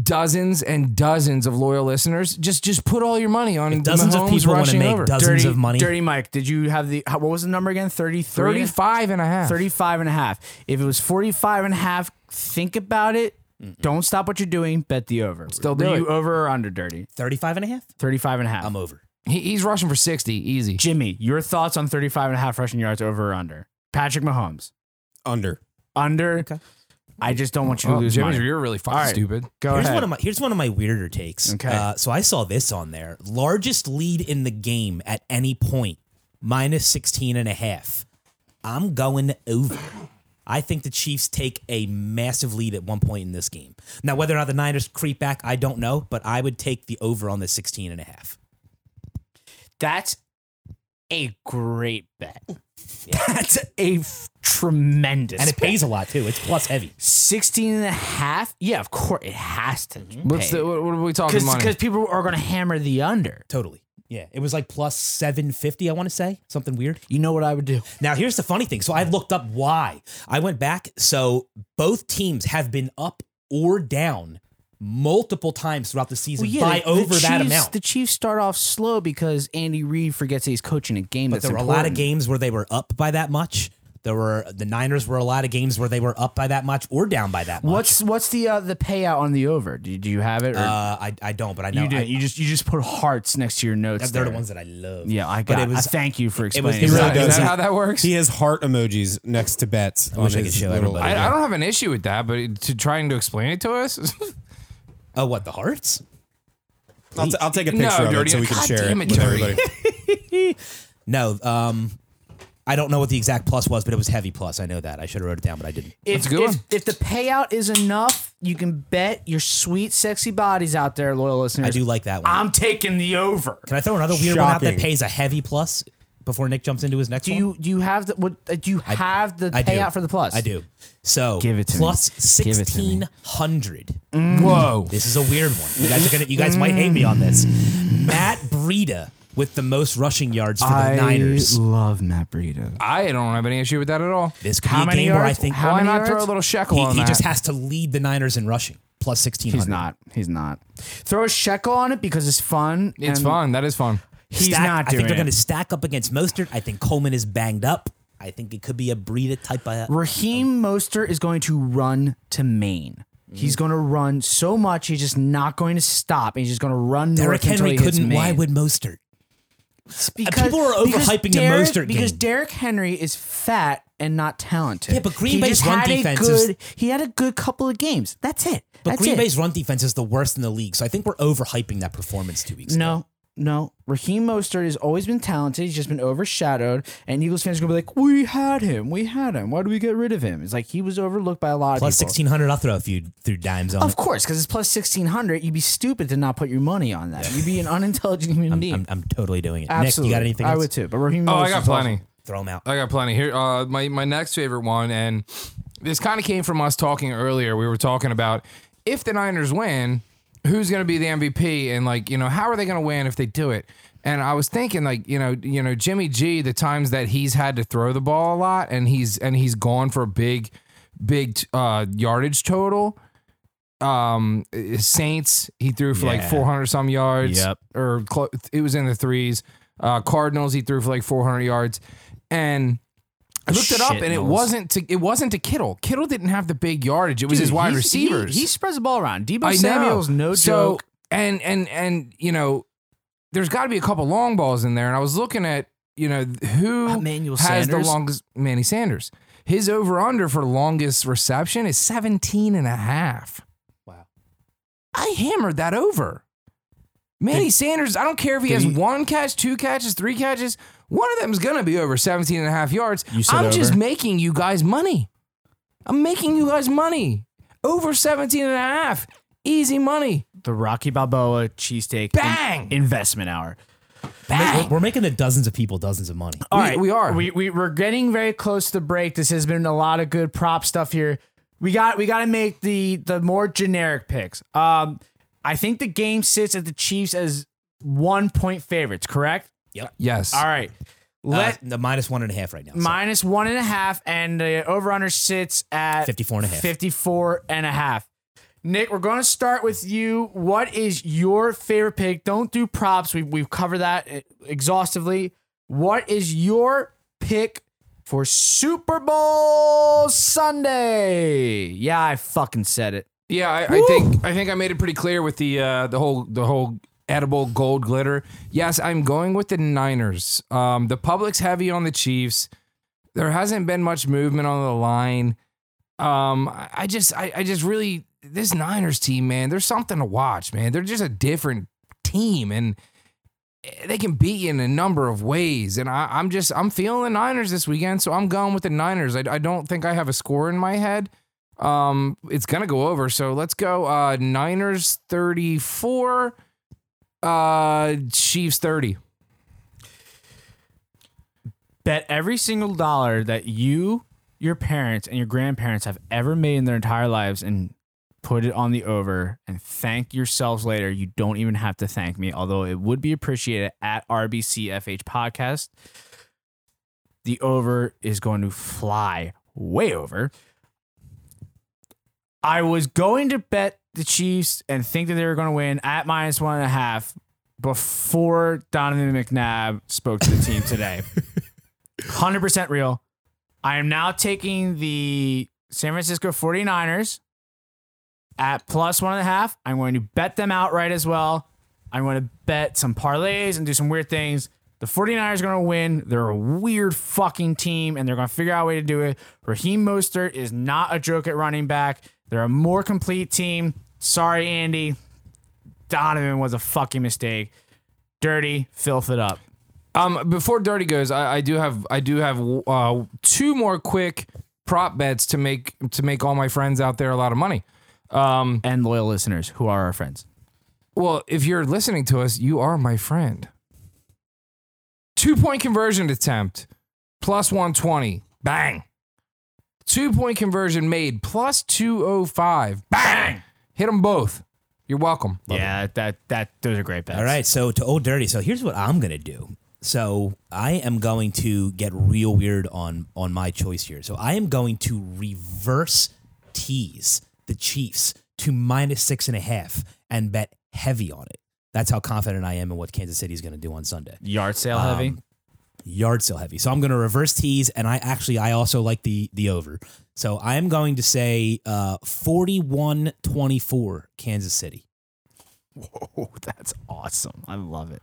dozens and dozens of loyal listeners. Just just put all your money on
dozens
Mahomes
of people want to
rushing
make
over.
dozens
Dirty,
of money.
Dirty Mike, did you have the how- what was the number again? 33?
35 and a half.
35 and a half. If it was 45 and a half, think about it. Don't stop what you're doing. Bet the over.
Still do
Were you
it.
over or under dirty?
35 and a half?
35 and a half.
I'm over.
He, he's rushing for 60. Easy.
Jimmy, your thoughts on 35 and a half rushing yards over or under? Patrick Mahomes.
Under.
Under. I just don't want you to
Well,
lose
Jimmy's,
money.
you're Oh, really fucking
All right.
stupid.
Go
here's
ahead.
one of my here's one of my weirder takes.
Okay.
Uh, so I saw this on there. Largest lead in the game at any point, minus 16 and a half. I'm going over. I think the Chiefs take a massive lead at one point in this game. Now, whether or not the Niners creep back, I don't know, but I would take the over on the 16 and a half.
That's a great bet. That's a f- tremendous
And it
bet.
pays a lot, too. It's plus heavy.
16 and a half? Yeah, of course. It has to.
What's the, what, what are we talking money?
Because people are going to hammer the under.
Totally. Yeah. It was like plus 750, I want to say. Something weird.
You know what I would do?
Now, here's the funny thing. So I looked up why. I went back. So both teams have been up or down multiple times throughout the season by
the- the
over that
Chiefs-
amount.
The Chiefs start off slow because Andy Reid forgets that he's coaching a game.
but
that's
there were a lot of
important.
games where they were up by that much. There were the Niners were a lot of games where they were up by that much or down by that much.
What's what's the uh, the payout on the over? Do you, do you have it? Or
uh, I, I don't, but I know
you did.
I,
you just you just put hearts next to your notes.
they're the
there.
ones that I love.
Yeah, I
But
got.
it was-
I thank you for
it was-
explaining.
it
He
really
really
does.
does.
Is that
He-
how that works?
He has heart emojis next to bets. I
wish I could show everybody.
I, I don't have an issue with that, but to trying to explain it to us,
Oh, what the hearts?
I'll, t- I'll take a
No,
picture of
Dirty,
it so we can
God
share it
damn it,
with
Dirty.
everybody.
No, um, I don't know what the exact plus was, but it was heavy plus. I know that. I should have wrote it down, but I didn't.
if,
a good
if,
one.
if the payout is enough, you can bet your sweet, sexy bodies out there, loyal listeners.
I do like that one.
I'm taking the over.
Can I throw another weird one out that
Shocking.
pays a heavy plus before Nick jumps into his next
Do
one?
you do you have the what? uh, Do you have the
I do.
payout for the plus?
I do. So
Give it to me.
plus
Give it to me.
sixteen hundred.
whoa.
This is a weird one. You guys are gonna. You guys might hate me on this. Matt Breida with the most rushing yards for the Niners.
love Matt Breida.
I don't have any issue with that at all.
This could
How
be a
many
game where I
yards?
think
How
Why
many
not throw a
yards?
little shekel
he,
on
he
that?
just has to lead the Niners in rushing. plus sixteen hundred.
He's not. He's not. Throw a shekel on it because it's fun.
It's
and
fun. That is fun.
He's
Stack-
not
I
doing
think they're
it.
going to stack up against Mostert. I think Coleman is banged up. I think it could be a Breida type of.
Raheem
Oh.
Mostert is going to run to Maine.
Mm.
He's going to run so much, he's just not going to stop. He's just going to run
Derrick
north until
Henry
he hits
couldn't.
Maine.
Why would Mostert?
It's because,
people are
because
overhyping the
Derrick-
Mostert
because
game.
Derrick Henry is fat and not talented.
Yeah, but Green
He
Bay's
just
run
had a
defense is-
good. He had a good couple of games. That's it.
But
That's
Green
it.
Bay's run defense is the worst in the league, so I think we're overhyping that performance two weeks. ago.
No, no. Raheem Mostert has always been talented. He's just been overshadowed. And Eagles fans are going to be like, we had him. We had him. Why do we get rid of him? It's like he was overlooked by a lot of
Plus
people.
sixteen hundred. I'll throw a few through dimes on.
Of
it.
course, because it's plus 1600. You'd be stupid to not put your money on that. You'd be an unintelligent human being.
I'm, I'm totally doing it.
Absolutely.
Nick, you got anything?
I
else?
would too. But Raheem
Oh, I
Mostert's
got
also-
plenty.
Throw them out.
I got plenty here. Uh, my my next favorite one, and this kind of came from us talking earlier. We were talking about if the Niners win, who's going to be the MVP, and like you know, how are they going to win if they do it? And I was thinking, like you know, you know, Jimmy G, the times that he's had to throw the ball a lot, and he's and he's gone for a big, big uh, yardage total. Um, Saints, he threw for like
Yeah.
400 some yards.
Yep.
Or clo- it was in the threes. Uh, Cardinals, he threw for like 400 yards, and I looked it up,
Shit
and it
knows.
wasn't to it wasn't to Kittle. Kittle didn't have the big yardage. It was his wide
He's-
receivers.
He, he spreads the ball around. Debo
I know.
Samuel's no
so,
joke.
And and and you know, there's got to be a couple long balls in there. And I was looking at you know who
Emmanuel
has
Sanders.
the longest Manny Sanders. His over under for longest reception is 17 and a half. Wow. I hammered that over. Manny Sanders, I don't care if he has one catch, two catches, three catches, one of them's going to be over 17 and a half yards.
You said
I'm just
over?
making you guys money. I'm making you guys money. Over 17 and a half. Easy money.
The Rocky Balboa cheesesteak in-
Bang!
investment hour.
We're, we're making the dozens of people dozens of money.
All
We-
right,
we are.
We, we we're getting very close to the break. This has been a lot of good prop stuff here. We got we got to make the the more generic picks. Um, I think the game sits at the Chiefs as one point favorites. Correct.
Yes.
All right.
Uh,
Let
the minus one and a half right now. so-
minus one and a half, and the over under sits at
54 and a half.
54 and a half. Nick, we're going to start with you. What is your favorite pick? Don't do props. We've, we've covered that eh, exhaustively. What is your pick for Super Bowl Sunday? Yeah, I fucking said it.
Yeah, I, I think I think I made it pretty clear with the uh, the whole the whole edible gold glitter. Yes, I'm going with the Niners. Um, the public's heavy on the Chiefs. There hasn't been much movement on the line. Um, I I just I, I just really this Niners team, man. There's something to watch, man. They're just a different team, and they can beat you in a number of ways. And I, I'm just I'm feeling the Niners this weekend, so I'm going with the Niners. I, I don't think I have a score in my head. Um, it's gonna go over. So let's go. Uh, Niners thirty four. Uh, Chiefs thirty.
bet every single dollar that you, your parents, and your grandparents have ever made in their entire lives and put it on the over and thank yourselves later. You don't even have to thank me, although it would be appreciated at RBCFH Podcast. The over is going to fly way over. I was going to bet the Chiefs and think that they were going to win at minus one and a half before Donovan McNabb spoke to the team today. Hundred percent real. I am now taking the San Francisco 49ers at plus one and a half. I'm going to bet them outright as well. I'm going to bet some parlays and do some weird things. The 49ers are going to win. They're a weird fucking team and they're going to figure out a way to do it. Raheem Mostert is not a joke at running back. They're a more complete team. Sorry, Andy. Donovan was a fucking mistake. Dirty, filth it up.
Um, before Dirty goes, I, I do have I do have uh, two more quick prop bets to make to make all my friends out there a lot of money. Um,
And loyal listeners who are our friends.
well, if you're listening to us, you are my friend. Two point conversion attempt, plus one twenty, bang. Two point conversion made, plus two oh five, bang. Hit them both. You're welcome.
yeah, that that those are great bets.
All right, so to old dirty. So here's what I'm gonna do. So I am going to get real weird on on my choice here. So I am going to reverse tease the Chiefs to minus six and a half and bet heavy on it. That's how confident I am in what Kansas City is going to do on Sunday.
Yard sale
Um,
heavy.
Yard sale heavy. So I'm going to reverse tease, and I actually I also like the the over. So I am going to say uh, 41-24 Kansas City.
Whoa, that's awesome. I love it.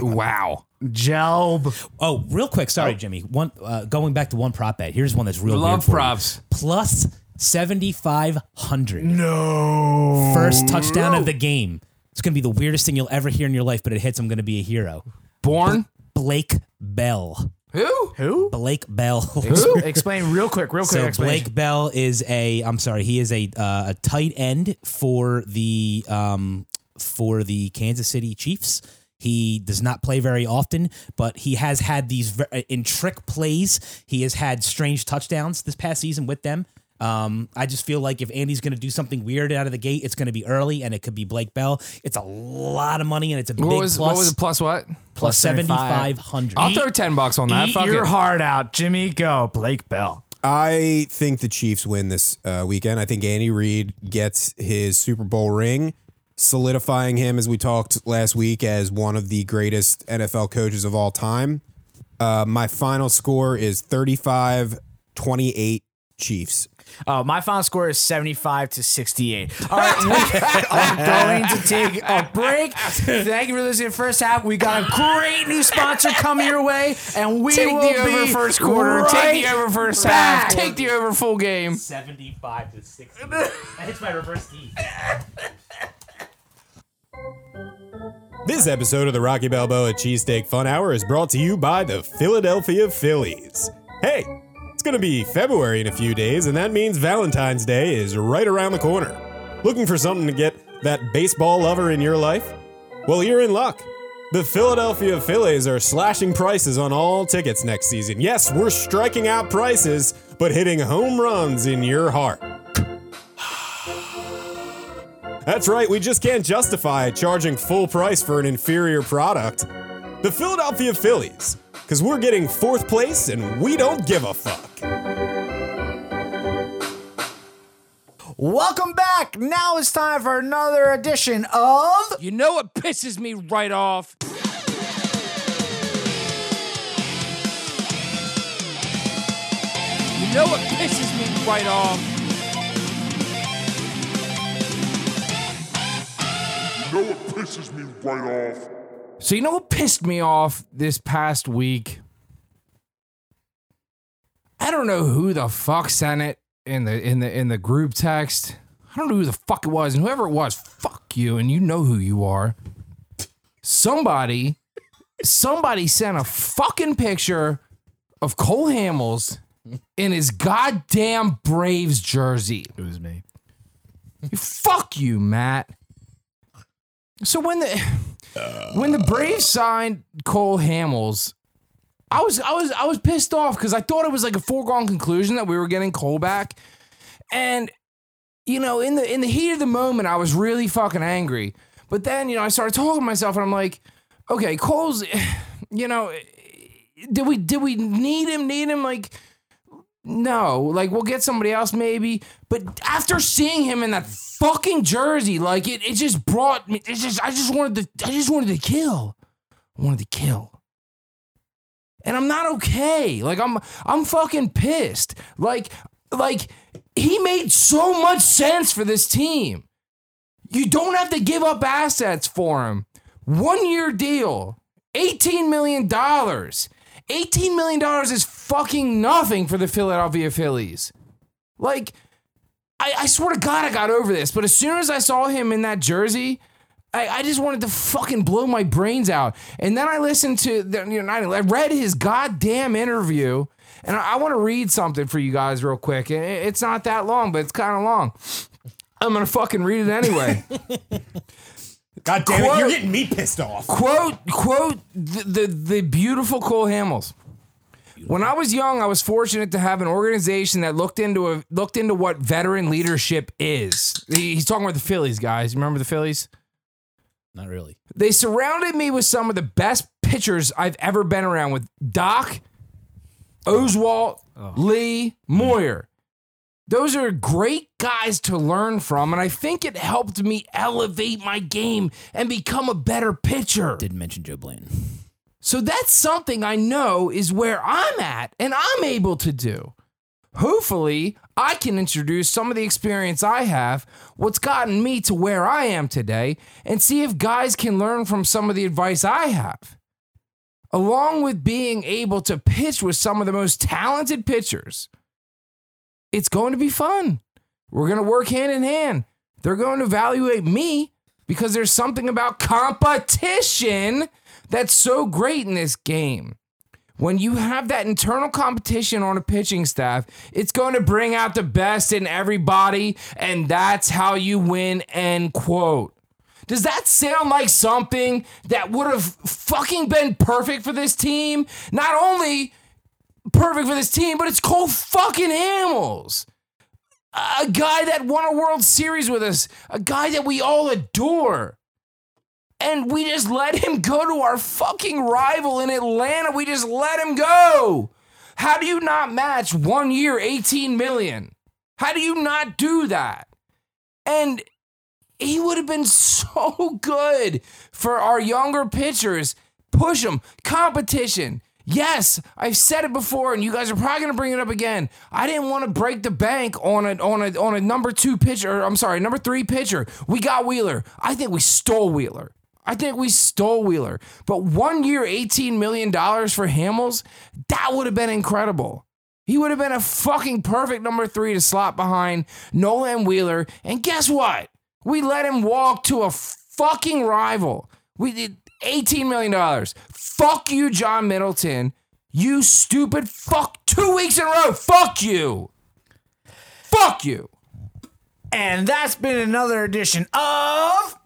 Wow.
Jelb.
Oh, real quick, sorry, Jimmy. One uh, going back to one prop bet. Here's one that's real.
Love
weird for you.
props.
Plus seventy five hundred. No. First touchdown of the game. It's gonna be the weirdest thing you'll ever hear in your life, but it hits. I'm gonna be a hero.
Born?
Blake Bell.
Who?
Who?
Blake Bell.
Explain real quick, real quick.
So
explanation.
Blake Bell is a. I'm sorry, he is a uh, a tight end for the um for the Kansas City Chiefs. He does not play very often, but he has had these ver- in trick plays. He has had strange touchdowns this past season with them. Um, I just feel like if Andy's going to do something weird out of the gate, it's going to be early, and it could be Blake Bell. It's a lot of money, and it's a big
What was,
plus.
what was it? Plus what?
plus seventy five hundred.
I'll throw 10 bucks on that.
Eat
Fuck
E? your
it.
heart out, Jimmy. Go, Blake Bell.
I think the Chiefs win this uh, weekend. I think Andy Reid gets his Super Bowl ring, solidifying him, as we talked last week, as one of the greatest NFL coaches of all time. Uh, my final score is 35 28 Chiefs.
Oh, my final score is 75 to 68. All right, we are going to take a break. Thank you for listening to the first half. We got a great new sponsor coming your way, and we
Take
will
the over
be
first quarter.
right
take the over first
back.
half. Take the over full game.
seventy five to sixty. That hits my reverse D.
This episode of the Rocky Balboa Cheesesteak Fun Hour is brought to you by the Philadelphia Phillies. Hey, it's going to be February in a few days, and that means Valentine's Day is right around the corner. Looking for something to get that baseball lover in your life? Well, you're in luck. The Philadelphia Phillies are slashing prices on all tickets next season. Yes, we're striking out prices, but hitting home runs in your heart. That's right, we just can't justify charging full price for an inferior product. The Philadelphia Phillies, because we're getting fourth place and we don't give a fuck.
Welcome back. Now it's time for another edition of
You know what pisses me right off? You know what pisses me right off?
know what pisses me right off?
So you know what pissed me off this past week? I don't know who the fuck sent it in the in the in the group text. I don't know who the fuck it was, and whoever it was, fuck you, and you know who you are. Somebody, somebody sent a fucking picture of Cole Hamels in his goddamn Braves jersey.
It was me.
Fuck you, Matt. So when the when the Braves signed Cole Hamels, I was I was I was pissed off because I thought it was like a foregone conclusion that we were getting Cole back, and you know in the in the heat of the moment I was really fucking angry. But then you know I started talking to myself and I'm like, okay, Cole's, you know, did we did we need him? Need him like. No, like we'll get somebody else maybe. But after seeing him in that fucking jersey, like it, it just brought me. It's just I just wanted to I just wanted to kill. I wanted to kill. And I'm not okay. Like I'm I'm fucking pissed. Like like he made so much sense for this team. You don't have to give up assets for him. One year deal, $18 million. $18 million is fucking nothing for the Philadelphia Phillies. Like, I, I swear to God, I got over this, but as soon as I saw him in that jersey, I, I just wanted to fucking blow my brains out. And then I listened to, the, you know, I I read his goddamn interview, and I, I want to read something for you guys real quick. It- It's not that long, but it's kind of long. I'm gonna fucking read it anyway.
God damn it,
Quote-
you're getting me pissed off.
quote quote the the, the beautiful Cole Hamels. When I was young, I was fortunate to have an organization that looked into a, looked into what veteran leadership is. He- He's talking about the Phillies, guys. You remember the Phillies?
Not really.
They surrounded me with some of the best pitchers I've ever been around with Doc, Oswalt, Lee, Moyer. Those are great guys to learn from, and I think it helped me elevate my game and become a better pitcher.
Didn't mention Joe Blanton.
So that's something I know is where I'm at and I'm able to do. Hopefully, I can introduce some of the experience I have, what's gotten me to where I am today, and see if guys can learn from some of the advice I have. Along with being able to pitch with some of the most talented pitchers, it's going to be fun. We're going to work hand in hand. They're going to evaluate me because there's something about competition that's so great in this game. When you have that internal competition on a pitching staff, it's going to bring out the best in everybody, and that's how you win. End quote. Does that sound like something that would have fucking been perfect for this team? Not only perfect for this team, but it's Cole fucking Hamels. A guy that won a World Series with us, a guy that we all adore. And we just let him go to our fucking rival in Atlanta. We just let him go. How do you not match one year 18 million? How do you not do that? And he would have been so good for our younger pitchers. Push them. Competition. Yes, I've said it before, and you guys are probably gonna bring it up again. I didn't want to break the bank on a on a on a number two pitcher. Or I'm sorry, number three pitcher. We got Wheeler. I think we stole Wheeler. I think we stole Wheeler. But one year, eighteen million dollars for Hamels, that would have been incredible. He would have been a fucking perfect number three to slot behind Nolan Wheeler. And guess what? We let him walk to a fucking rival. We did $18 million. Fuck you, John Middleton. You stupid fuck. Two weeks in a row. Fuck you. Fuck you.
And that's been another edition of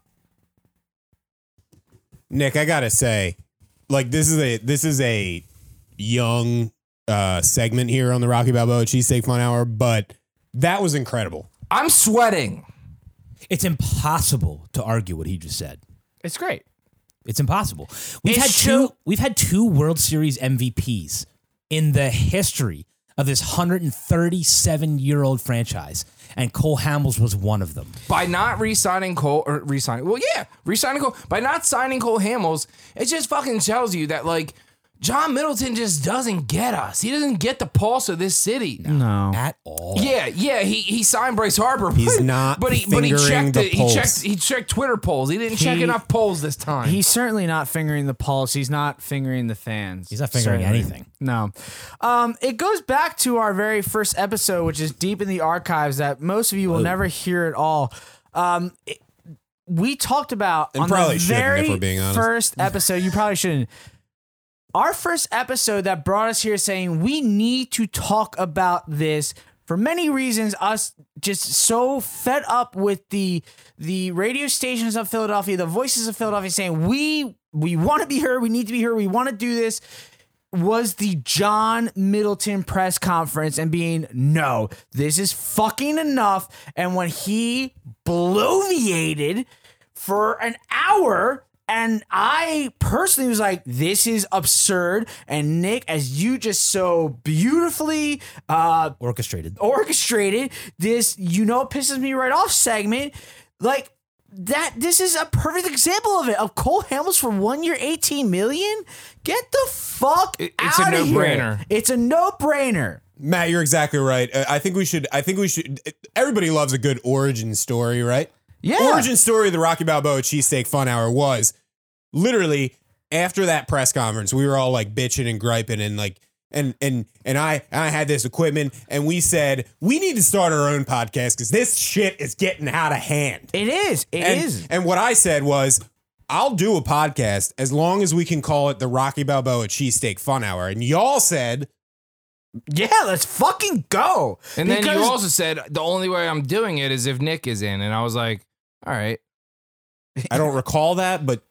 Nick, I gotta say, like this is a this is a young uh segment here on the Rocky Balboa Cheesesteak Fun Hour, but that was incredible.
I'm sweating.
It's impossible to argue what he just said.
It's great.
It's impossible. We've
It's
had
true.
two. We've had two World Series MVPs in the history of this 137 year old franchise, and Cole Hamels was one of them.
By not re signing Cole, or re signing, well, yeah, re signing Cole, by not signing Cole Hamels, it just fucking tells you that, like, John Middleton just doesn't get us. He doesn't get the pulse of this city.
No.
At all.
Yeah, yeah, he he signed Bryce Harper.
He's
but-
not
But he but he
fingering
checked
the
it. He
polls.
checked he checked Twitter polls. He didn't check
He-
enough polls this time.
He's certainly not fingering the pulse. He's not fingering the fans.
He's not figuring
Certainly.
anything.
No. Um, it goes back to our very first episode, which is deep in the archives that most of you will never hear at all. Um, it- we talked about
And
on
probably
the
shouldn't, if
very
we're being honest.
first episode. You probably shouldn't. Our first episode that brought us here saying we need to talk about this for many reasons. Us just so fed up with the the radio stations of Philadelphia, the voices of Philadelphia saying we we want to be heard, we need to be heard, we want to do this was the John Middleton press conference and being, no, this is fucking enough. And when he bloviated for an hour, and I personally was like, this is absurd. And Nick, as you just so beautifully uh,
Orchestrated.
orchestrated this you know pisses me right off segment like that this is a perfect example of it of cole hamels for one year 18 million get the fuck
it's a
outta here.
no-brainer.
it's a no-brainer
Matt, you're exactly right. Uh, I think we should. I think we should. uh, Everybody loves a good origin story, right?
Yeah.
Origin story of the Rocky Balboa Cheesesteak Fun Hour was literally after that press conference, we were all like bitching and griping and like. And and and I I had this equipment and we said we need to start our own podcast because this shit is getting out of hand.
it is It is.
and, And what I said was, I'll do a podcast as long as we can call it the Rocky Balboa Cheesesteak Fun Hour. And y'all said
yeah let's fucking go
and then you
Because-
also said the only way I'm doing it is if Nick is in, and I was like, all right,
I don't recall that, but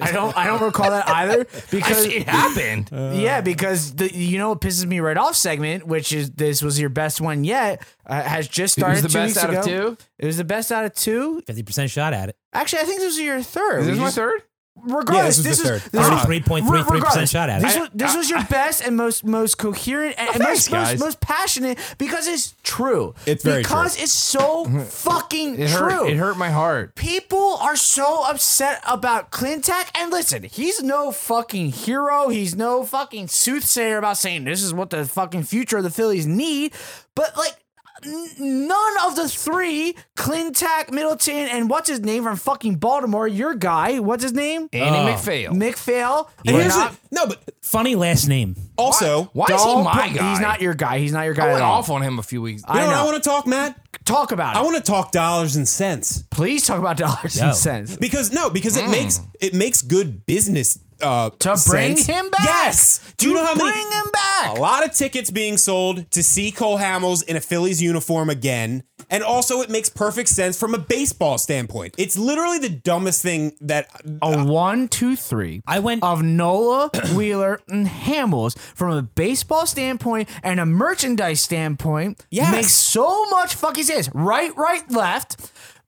i don't i don't recall that either because
it happened.
yeah, because the you know what pisses me right off segment, which is this was your best one yet, uh, has just
It was
started.
the
two
best
weeks
out of
ago.
two.
It was the best out of two.
Fifty percent shot at it.
Actually, I think this was your third.
Is
We
this my
just-
third?
this
regardless,
was
this
the
was
third.
this was-
33.33%
regardless,
shot at it.
This was, this was your best and most most coherent and and
thanks,
most,
guys.
most most passionate because it's true.
It's very
because
true.
it's so fucking
It
true.
hurt. It hurt my heart.
People are so upset about Clintac, and listen, he's no fucking hero. He's no fucking soothsayer about saying this is what the fucking future of the Phillies need. But like, n- none of the three, Clintac, Middleton, and what's his name from fucking Baltimore, your guy, what's his name,
Andy McPhail.
McPhail.
Yeah.
We're
Here's
not-
the- no, but
Funny last name.
also,
Why is he
don't
my
put-
guy?
He's not your guy. He's not your guy
I
at
went
all.
off on him a few weeks.
you know
I
what
know.
I want to talk, Matt?
Talk about it.
I want to talk dollars and cents.
Please talk about dollars
Yo.
and cents.
Because no, because it makes it makes good business uh
Mm. To bring
sense.
him back.
Yes. Do you
To
know how many
bring him back.
A lot of tickets being sold to see Cole Hamels in a Phillies uniform again. And also it makes perfect sense from a baseball standpoint. It's literally the dumbest thing that
A one, two, three.
I went-
of Nola, Wheeler, and Hamels from a baseball standpoint and a merchandise standpoint.
Yes.
makes so much fucking sense. Right, right, left.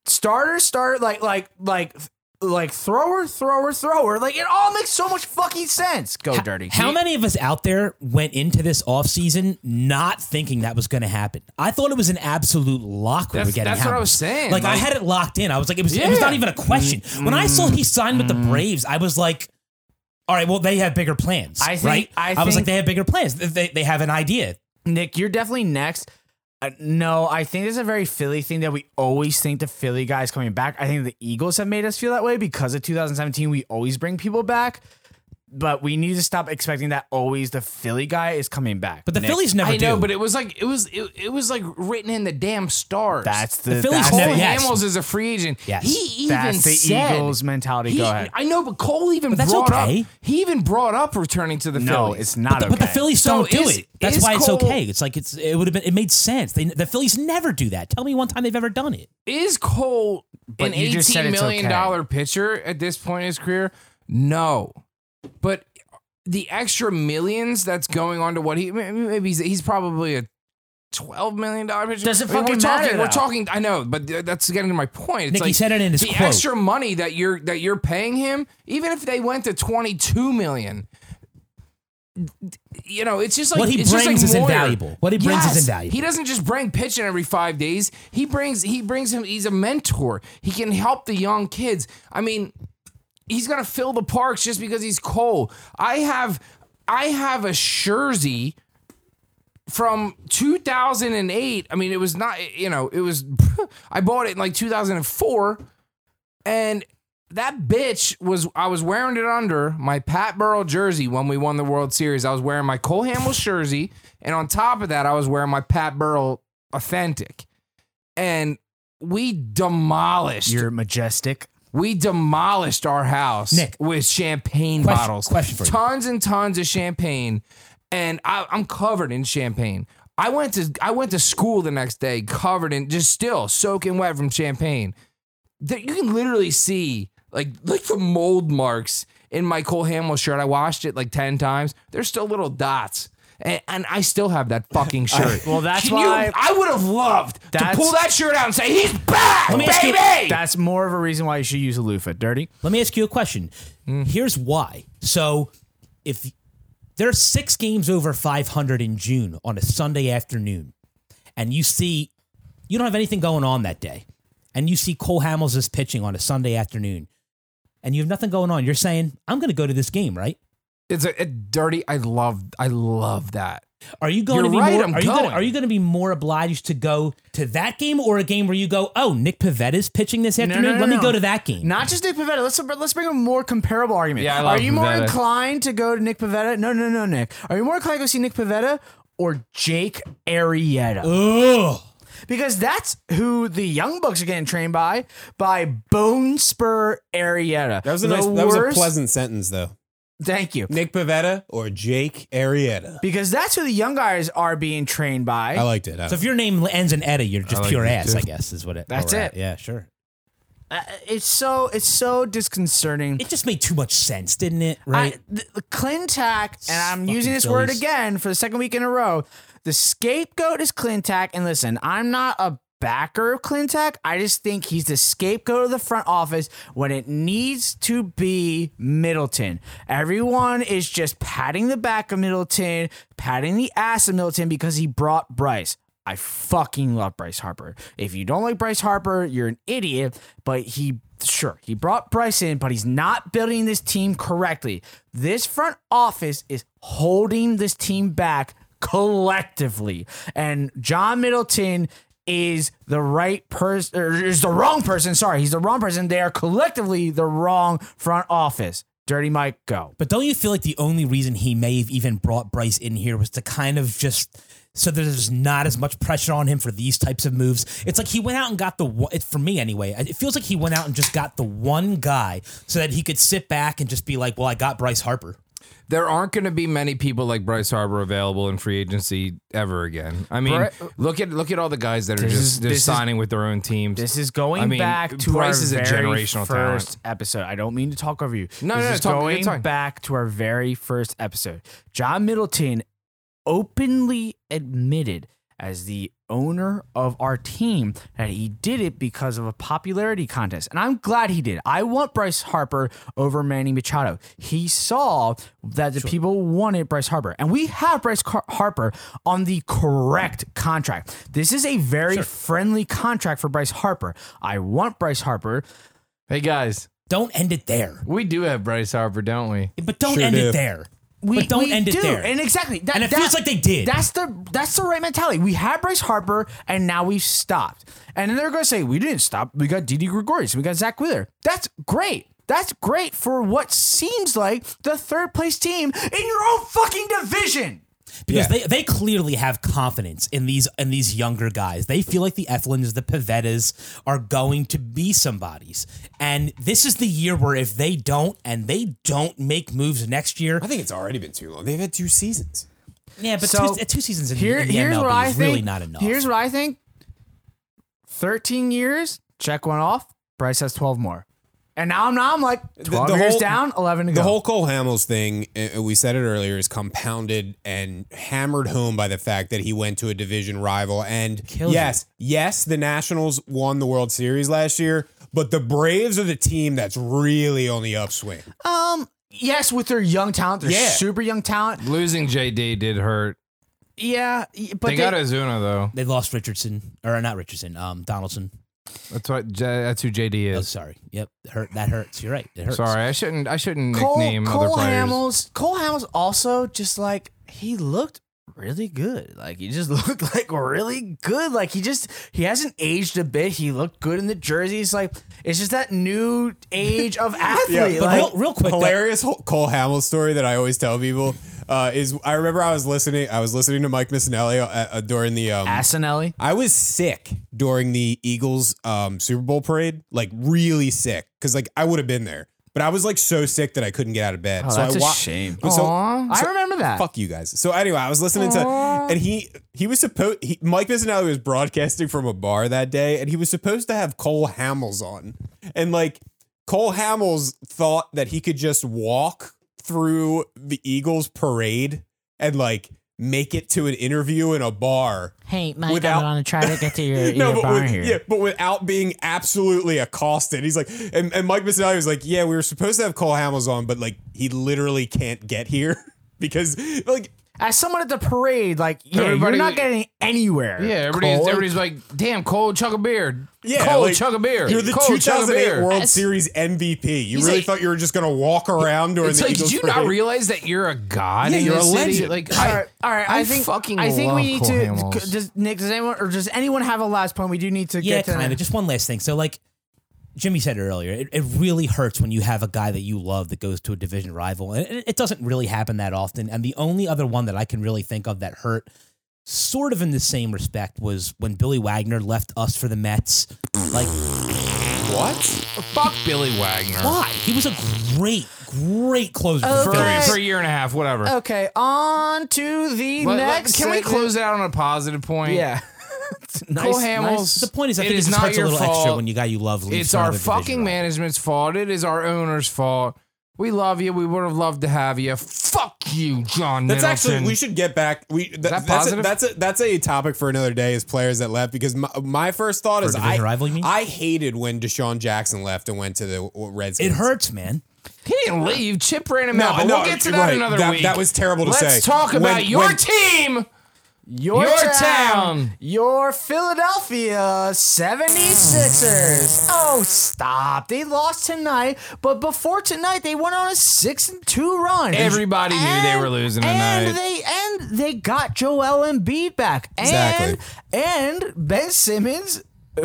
Starter, starter, like, like, like, like thrower, thrower, thrower. Like it all makes so much fucking sense. Go dirty.
How many of us out there went into this offseason not thinking that was going to happen? I thought it was an absolute lock we were
That's-
getting
that's what I
Hamels.
was saying,
Like, I
like-
had it locked in. I was like, it was, it was not
Yeah. Mm-hmm.
even a question. When I saw he signed with the Braves, I was like, all right, well, they have bigger plans.
I think-
right?
I
was like,
think-
they have bigger plans. They, they, they have an idea.
Nick, you're definitely next. Uh, no, I think this is a very Philly thing that we always think the Philly guys coming back. I think the Eagles have made us feel that way because of 2017. We always bring people back, but we need to stop expecting that always the Philly guy is coming back.
But the
Nick,
Phillies never
I know,
do.
but it was like it was it, it was like written in the damn stars.
that's the,
The Phillies
that's
Cole
never-
the-
yes.
Hamels is a free agent.
Yes.
He even
That's the
said-
Eagles mentality.
He-
Go ahead.
I know, but Cole even
that's
brought
okay.
up. He even brought up returning to the
no,
Phillies.
it's not
But the
okay.
Phillies
So
don't do
is-
it. That's
is
why it's
Cole-
okay. It's like it's it would have been it made sense. They, the Phillies never do that. Tell me one time they've ever done it.
Is Cole an
you just said
eighteen
it's
million
okay.
dollar pitcher at this point in his career? No, but the extra millions that's going on to what he may- maybe he's, he's probably a twelve million dollar pitcher.
Doesn't
we're
fucking
talking,
matter,
We're
though.
talking. I know, but th- that's getting to my point. It's
Nick, he
like
said it in his
the
quote.
extra money that you're that you're paying him, even if they went to twenty two million. You know, it's just like
What he
it's just
brings
like
is
Moyer.
invaluable. What he brings is invaluable.
He doesn't just bring pitching every five days. He brings he brings him. He's a mentor. He can help the young kids. I mean, he's gonna fill the parks just because he's Cole. I have I have a jersey from 2008. I mean, it was not you know it was I bought it in like 2004, and that bitch was I was wearing it under my Pat Burrow jersey when we won the World Series. I was wearing my Cole Hamels jersey, and on top of that, I was wearing my Pat Burrow authentic, and we demolished
You're majestic.
we demolished our house
Nick.
with champagne
Question-
bottles.
question for you.
Tons and tons of champagne. And I, I'm covered in champagne. I went to I went to school the next day covered in just still soaking wet from champagne. That you can literally see like like the mold marks in my Cole Hamill shirt. I washed it like 10 times. There's still little dots. And, and I still have that fucking shirt.
well, that's
Can you-
why-
I would have loved to
That's-
pull that shirt out and say, he's back,
me ask you-
baby!
That's more of a reason why you should use a loofah. Dirty.
Let me ask you a question.
Mm.
Here's why. So, if there are six games over 500 in June on a Sunday afternoon, and you see you don't have anything going on that day, and you see Cole Hamels is pitching on a Sunday afternoon, and you have nothing going on, you're saying, I'm going to go to this game, right?
It's a, a dirty. I love. I love that.
Are you going
You're
to be
right,
more,
I'm
are you
going.
Gonna, are you going to be more obliged to go to that game or a game where you go, oh, Nick Pavetta's pitching this afternoon?
no,
Let
no,
me
no.
go to that game.
Not just Nick Pavetta. Let's let's bring a more comparable argument.
Yeah, I
Are
love
you more
Pivetta.
inclined to go to Nick Pavetta? No, no, no, Nick. Are you more inclined to go see Nick Pavetta or Jake Arrieta?
Ugh.
Because that's who the young bucks are getting trained by by Bone Spur Arrieta.
that was a
The
nice that was a
worst-
pleasant sentence though.
Thank you.
Nick Pavetta or Jake Arietta.
Because that's who the young guys are being trained by.
I liked it. I-
So if your name ends in Etta, you're just
like
pure
that
ass,
too.
I guess, is what it.
That's
where we're at.
it.
Yeah, sure.
Uh, it's so it's so disconcerting.
It just made too much sense, didn't it? Right.
I, the, the Clintac, and I'm
Fucking
using this word
Phillies.
again for the second week in a row. The scapegoat is Clintac, and listen, I'm not a backer of Clintac. I just think he's the scapegoat of the front office when it needs to be Middleton. Everyone is just patting the back of Middleton, patting the ass of Middleton because he brought Bryce. I fucking love Bryce Harper. If you don't like Bryce Harper, you're an idiot, but he sure he brought Bryce in, but he's not building this team correctly. This front office is holding this team back collectively. And John Middleton is the right person or is the wrong person. Sorry, he's the wrong person. They are collectively the wrong front office. Dirty Mike, go.
But don't you feel like the only reason he may have even brought Bryce in here was to kind of just so that there's not as much pressure on him for these types of moves? It's like he went out and got the one- it for me anyway. It feels like he went out and just got the one guy so that he could sit back and just be like, "Well, I got Bryce Harper."
There aren't going to be many people like Bryce Harper available in free agency ever again. I mean,
Bry-
look at look at all the guys that are
This
just,
is-
just
this is-
signing with their own teams.
This is going
I mean,
back to
Bryce
our
is a
very
generational talent.
first episode. I don't mean to talk over you. this
No, no, no,
is
talk- you're
going
talking.
back to our very first episode. John Middleton openly admitted as the owner of our team that he did it because of a popularity contest. And I'm glad he did. I want Bryce Harper over Manny Machado. He saw that the people wanted Bryce Harper. And we have Bryce Car- Harper on the correct contract. This is a very friendly contract for Bryce Harper. I want Bryce Harper.
Hey guys,
Don't end it there.
we do have Bryce Harper, don't we?
But don't
Sure
end
do.
it there.
We
but don't
we
end
do.
it there.
And exactly. That,
And it
that-
feels like they did.
That's the that's the right mentality. We had Bryce Harper and now we've stopped. And then they're gonna say, We didn't stop. We got Didi Gregorius, we got Zach Wheeler. That's great. That's great for what seems like the third place team in your own fucking division.
because
Yeah.
they, they clearly have confidence in these in these younger guys. They feel like the Ethelins, the Pavettas are going to be somebody's. And this is the year where if they don't and they don't make moves next year,
I think it's already been too long. They've had two seasons.
yeah, but
So,
two, two seasons in,
Here,
in the
here's
MLB
what I
is
think.
really not enough.
Here's what I think. Thirteen years, check one off. Bryce has twelve more, and now I'm now I'm like twelve
the
years
whole-
down, eleven to
The
go.
whole Cole Hamels thing, uh, we said it earlier, is compounded and hammered home by the fact that he went to a division rival. And
Kills
yes, yes, the Nationals won the World Series last year, but the Braves are the team that's really on the upswing.
Um, yes, with their young talent, their
Yeah.
super young talent.
Losing JD did hurt.
Yeah, y- but
they, got Ozuna though.
they lost Richardson or not Richardson, um, Donaldson.
That's what. J- That's who JD
Oh,
is.
sorry. Yep, hurt. That hurts. You're right. It hurts.
Sorry, I shouldn't. I shouldn't
Cole,
nickname other
Cole
players.
Hamels. Cole Hamels also just like he looked really good. Like he just looked like really good. Like he just he hasn't aged a bit. He looked good in the jerseys. Like it's just that new age of athlete.
But
like,
real, real quick, though,
hilarious whole Cole Hamill story that I always tell people uh, is I remember I was listening I was listening to Mike Missinelli uh, uh, during the um,
Asinelli.
I was sick during the Eagles um, Super Bowl parade, like really sick, because like I would have been there, but I was like so sick that I couldn't get out of bed.
Oh,
so
that's
I
a
wa-
shame.
So,
Aw, I
so-
remember that.
Fuck you guys. So anyway, I was listening to, and he he was supposed Mike Missinelli was broadcasting from a bar that day, and he was supposed to have Cole Hamels on, and like Cole Hamels thought that he could just walk through the Eagles parade and like make it to an interview in a bar
Hey,
I'm Without- gonna
try to get to your,
but with- yeah, but without being absolutely accosted. He's like, and, and Mike Missinelli was like, yeah, we were supposed to have Cole Hamels on, but like he literally can't get here because like
As someone at the parade, like yeah,
Everybody-
you're not getting anywhere.
Yeah, everybody's
Cole.
everybody's like, damn, Cole, chug a beer.
yeah,
Cole,
like,
chug a beer.
You're the
Cole, chug a
2008
beer.
World Series MVP. You really
like-
thought you were just gonna walk around during
It's
the
like,
Eagles
did you not
parade?
realize that you're a god?
Yeah,
in
you're
this
a
city?
legend.
Like,
all right, all right. I, think
fucking
I think
love
we need
Cole
to.
Hamels.
c- Does Nick? Does anyone or does anyone have a last point? We do need to
yeah,
get to
kind of. Just one last thing. So, like Jimmy said earlier, it, it really hurts when you have a guy that you love that goes to a division rival, and it, it doesn't really happen that often. And the only other one that I can really think of that hurt, sort of in the same respect, was when Billy Wagner left us for the Mets. Like,
What?
fuck Billy Wagner.
why? He was a great, great closer. for the
Okay.
Phillies.
For a year and a half, whatever.
Oh,
Okay, on to the
Let- let-
next.
can we
segment.
close it out on a positive point?
Yeah. nice,
Cole
nice.
Hamels.
The point is, I
it
think it
is
just
not
hurts a
your
little extra
fault.
when you got you love. leaves
it's
for
our
another division
fucking
rival.
management's fault. It is our owner's fault. We love you. We would have loved to have you. Fuck you, John
That's
Middleton.
actually we should get back. We that,
that
that's
positive?
A, that's a that's a topic for another day. Is players that left because my, my first thought is I
division rival, you mean?
I hated when Deshaun Jackson left and went to the Redskins.
It hurts, man.
he didn't leave. Chip ran him
No,
out. But
no,
we'll get to that
right.
another
That-
week.
that was terrible to
Let's
say.
Let's talk
When-
about your
when-
team.
Your,
Your town.
Your Philadelphia 76ers. Oh, stop. They lost tonight, but before tonight, they went on a 6 and 2 run.
Everybody knew they were losing
and
tonight.
They, and they got Joel Embiid back. And,
Exactly.
And Ben Simmons,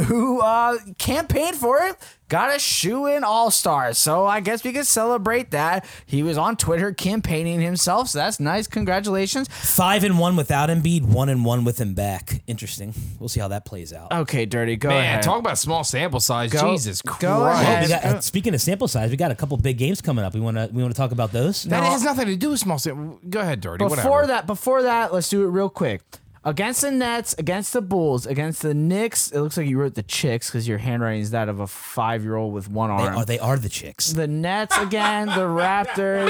who uh, campaigned for it, got a shoe in All Star. So I guess we could celebrate that. He was on Twitter campaigning himself. So that's nice. Congratulations.
Five and one without Embiid, one and one with him back. Interesting. We'll see how that plays out.
Okay, Dirty, go
Man,
ahead.
talk about small sample size.
Go-
Jesus
go
Christ.
ahead.
We got- uh, speaking of sample size, we got a couple big games coming up. We want to we want to talk about those.
That has nothing to do with small sample. Go ahead, Dirty.
before
whatever.
that, before that, let's do it real quick. Against the Nets, against the Bulls, against the Knicks. It looks like you wrote the chicks because your handwriting is that of a five-year-old with one
They
arm.
are Oh, they are the chicks.
the Nets again, the Raptors,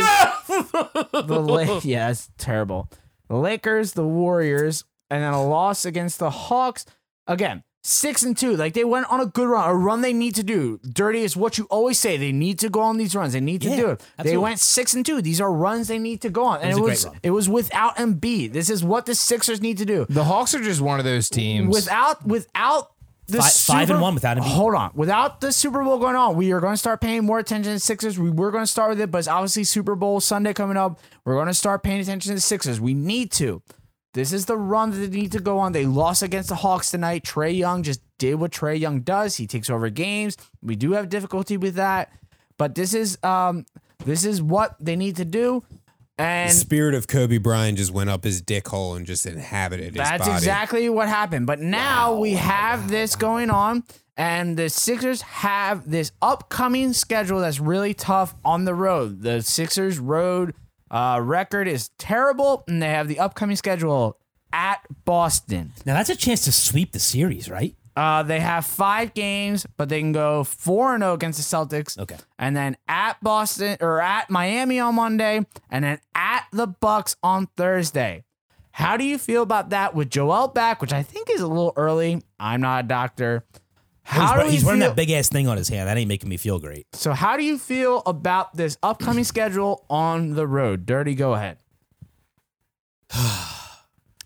the La- yeah, it's terrible. The Lakers, the Warriors, and then a loss against the Hawks. Again, six and two. Like they went on a good run, a run they need to do. Dirty is what you always say. They need to go on these runs. They need to
Yeah,
do it. They
absolutely.
went six and two. These are runs they need to go on. And it
was a great
was
run.
it was without Embiid. This is what the Sixers need to do.
the Hawks are just one of those teams.
Without without the
Fi-
Super,
five and one without Embiid.
Hold on, without the Super Bowl going on, we are going to start paying more attention to the Sixers. We were going to start with it, but it's obviously Super Bowl Sunday coming up. We're going to start paying attention to the Sixers. We need to. This is the run that they need to go on. They lost against the Hawks tonight. Trey Young just did what Trey Young does. He takes over games. We do have difficulty with that, but this is um this is what they need to do.
the
And
spirit of Kobe Bryant just went up his dick hole and just inhabited his
That's
body.
exactly what happened. But now we have this going on, and the Sixers have this upcoming schedule that's really tough on the road. The Sixers' road uh, record is terrible, and they have the upcoming schedule at Boston.
Now that's a chance to sweep the series, right?
Uh, they have five games, but they can go four and zero against the Celtics.
Okay.
and then at Boston or at Miami on Monday, and then at the Bucks on Thursday. How do you feel about that with Joel back, which I think is a little early? I'm not a doctor. How
he's
do we
he's wearing
feel-
that big ass thing on his hand. That ain't making me feel great.
so how do you feel about this upcoming schedule on the road? Dirty, go ahead.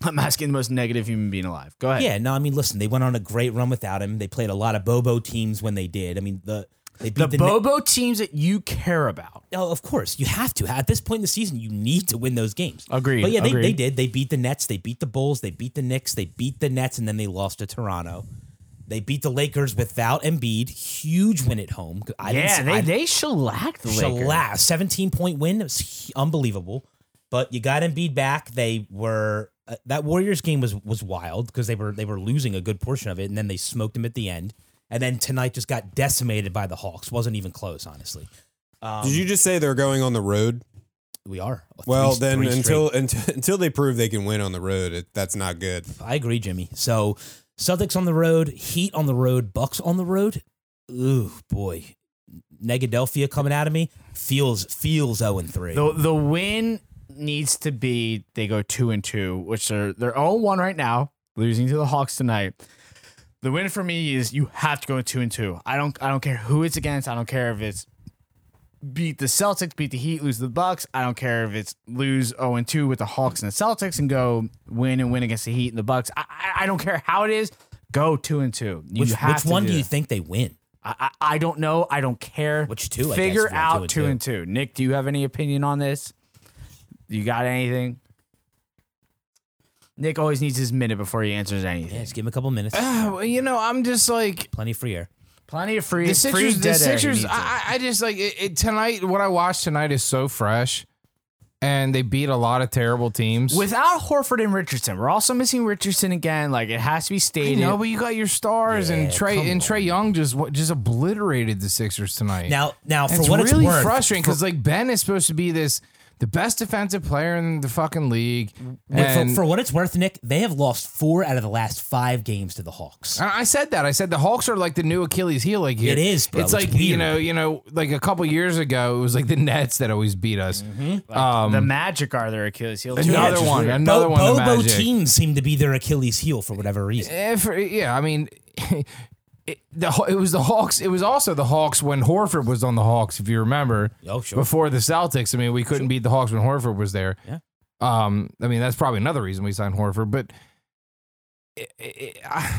I'm asking the most negative human being alive. Go ahead.
Yeah, no, I mean, listen, they went on a great run without him. They played a lot of Bobo teams when they did. I mean, the they beat
The
the, Knicks-
Bobo teams that you care about.
Oh, of course. You have to. At this point in the season, you need to win those games.
Agreed,
But yeah, they,
agreed.
they did. They beat the Nets. They beat the Bulls. They beat the Knicks. They beat the Nets, and then they lost to Toronto. They beat the Lakers without Embiid. Huge win at home. I didn't
Yeah,
see-
they,
I-
they shellacked the Lakers.
shellac. 17 point win. It was hu- unbelievable. But you got Embiid back. They were uh, that Warriors game was was wild because they were they were losing a good portion of it, and then they smoked him at the end. And then tonight just got decimated by the Hawks. wasn't even close, honestly.
Did you just say they're going on the road?
We are
Well,
Three-
then
three straight.
until, until until they prove they can win on the road, it, that's not good.
I agree, Jimmy. So Celtics on the road, Heat on the road, Bucks on the road. Ooh boy, Negadelphia coming out of me feels feels zero and three.
The the win needs to be they go two and two, which are they're zero and one right now, losing to the Hawks tonight. The win for me is you have to go two and two. I don't I don't care who it's against. I don't care if it's beat the Celtics, beat the Heat, lose the Bucks. I don't care if it's lose zero and two with the Hawks and the Celtics and go win and win against the Heat and the Bucks. I I, I don't care how it is. Go two and two. You
which
have
which
to
one
do
do you
that.
think they win?
I, I I don't know. I don't care.
Which two, I guess,
Figure
if you want
out
two and
two,
two.
and two. Nick, do you have any opinion on this? You got anything? Nick always needs his minute before he answers anything.
Yeah, just give him a couple minutes.
Well, oh, you know, I'm just like
Plenty free air.
Plenty of free.
the
free
Sixers.
dead
The
air he
Sixers.
needs
I,
it.
I I just like it, it tonight. What I watched tonight is so fresh, and they beat a lot of terrible teams.
Without Horford and Richardson, we're also missing Richardson again. Like it has to be
I
stated.
know, but you got your stars
Yeah,
and Trey
come
and Trey Young just wa- just obliterated the Sixers tonight.
Now, now
And
for what
really
it's worth,
frustrating because like Ben is supposed to be this the best defensive player in the fucking league.
for,
And
for what it's worth, Nick, they have lost four out of the last five games to the Hawks.
I I said that. I said the Hawks are like the new Achilles heel. Like
It is, bro.
It's
It's
like you
weird.
know, you know, like a couple years ago, it was like the Nets that always beat us.
the Magic are their Achilles heel. too.
Another
it's just
one,
weird.
another
Bo-
one, the
Bobo
Magic.
teams seem to be their Achilles heel for whatever reason.
Eh, for- yeah, I mean, it, the Haw- it was the Hawks. It was also the Hawks when Horford was on the Hawks, if you remember.
Oh, sure.
Before the Celtics, I mean, we couldn't beat the Hawks when Horford was there. Yeah. Um, I mean, that's probably another reason we signed Horford, but. it- it- I-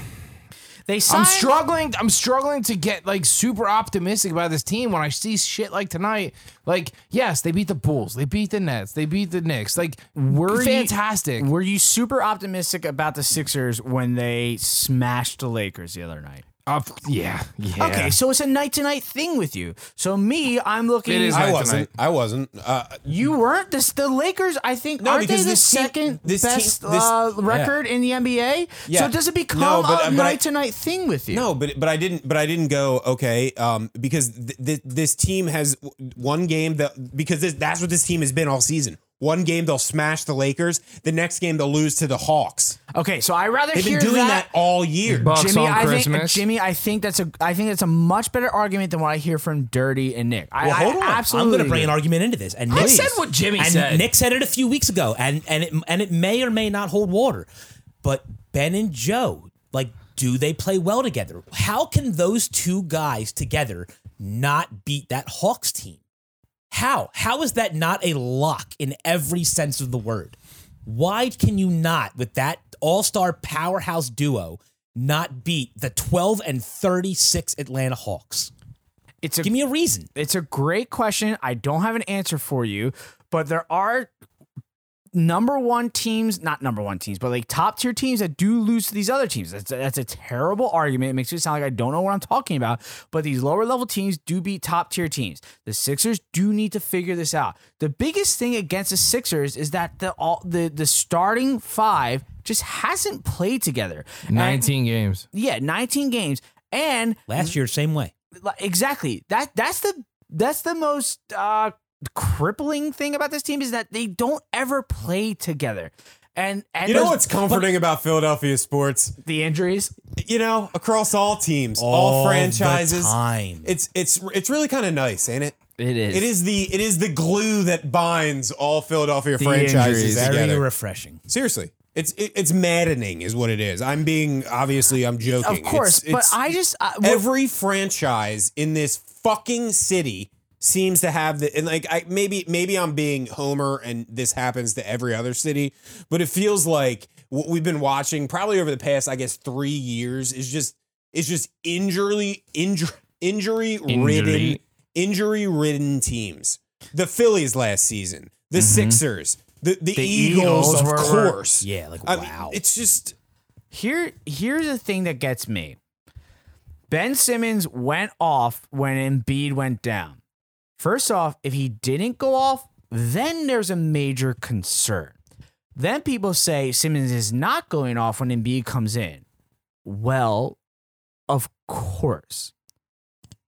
They signed.
I'm struggling. I'm struggling to get like super optimistic about this team when I see shit like tonight. Like, yes, they beat the Bulls, they beat the Nets, they beat the Knicks. Like,
Were
we're
you-
fantastic.
Were you super optimistic about the Sixers when they smashed the Lakers the other night?
Uh, yeah, yeah.
Okay, so it's a night to night thing with you. So me, I'm looking. uh,
It is
I
Tonight,
wasn't. I wasn't. Uh,
You weren't this, the Lakers. I think
No,
aren't they
because
the
this team-
second
this team-
best
this-
uh,
yeah.
record in the NBA?
Yeah.
So does it become
No, but-
a
but I-
night to night thing with you?
No, but but I didn't. But I didn't go okay um, because th- th- this team has w- one game that because this, that's what this team has been all season. One game they'll smash the Lakers. The next game they'll lose to the Hawks.
Okay, so I rather
They've
hear
been doing that,
that
all year.
Bucks
Jimmy,
on
I think,
Christmas.
Jimmy, I think that's a I think that's a much better argument than what I hear from Dirty and Nick. I,
Well, hold
I
on.
absolutely.
I'm going to bring an argument into this. And Nick,
said what Jimmy
and
said.
Nick said it a few weeks ago, and and it, and it may or may not hold water. But Ben and Joe, like, do they play well together? How can those two guys together not beat that Hawks team? How? How is that not a lock in every sense of the word? Why can you not, with that all star powerhouse duo, not beat the 12 and 36 Atlanta Hawks?
It's a
Give me a reason.
it's a great question. I don't have an answer for you, but there are number one teams, not number one teams, but like top tier teams that do lose to these other teams. That's that's a terrible argument. It makes me sound like I don't know what I'm talking about. But these lower level teams do beat top tier teams. The Sixers do need to figure this out. The biggest thing against the Sixers is that the all the the starting five just hasn't played together. And-
19 games.
yeah, 19 games. And
Last year, same way.
like, exactly that that's the that's the most uh crippling thing about this team is that they don't ever play together and and
you know
those-
what's comforting about Philadelphia sports?
the injuries
You know, across all teams, all,
the
franchises.
time.
It's it's it's really kind of nice, ain't it?
it is
It is the it is the glue that binds all Philadelphia franchises
injuries.
very
together.
refreshing.
Seriously, it's it, it's maddening, is what it is. I'm being obviously I'm joking.
of course
It's-
but
it's-
i just uh, I, well,
every franchise in this fucking city seems to have the and like I maybe maybe I'm being Homer and this happens to every other city, but it feels like what we've been watching probably over the past I guess three years is just is just injury injury injury ridden
Injury.
injury ridden teams. The Phillies last season, the Sixers, the the, Eagles,
Eagles
of
were- were-
course.
Yeah, like
I mean,
wow.
it's just
here here's the thing that gets me ben simmons went off when embiid went down first off if he didn't go off then there's a major concern then people say simmons is not going off when embiid comes in Well, of course.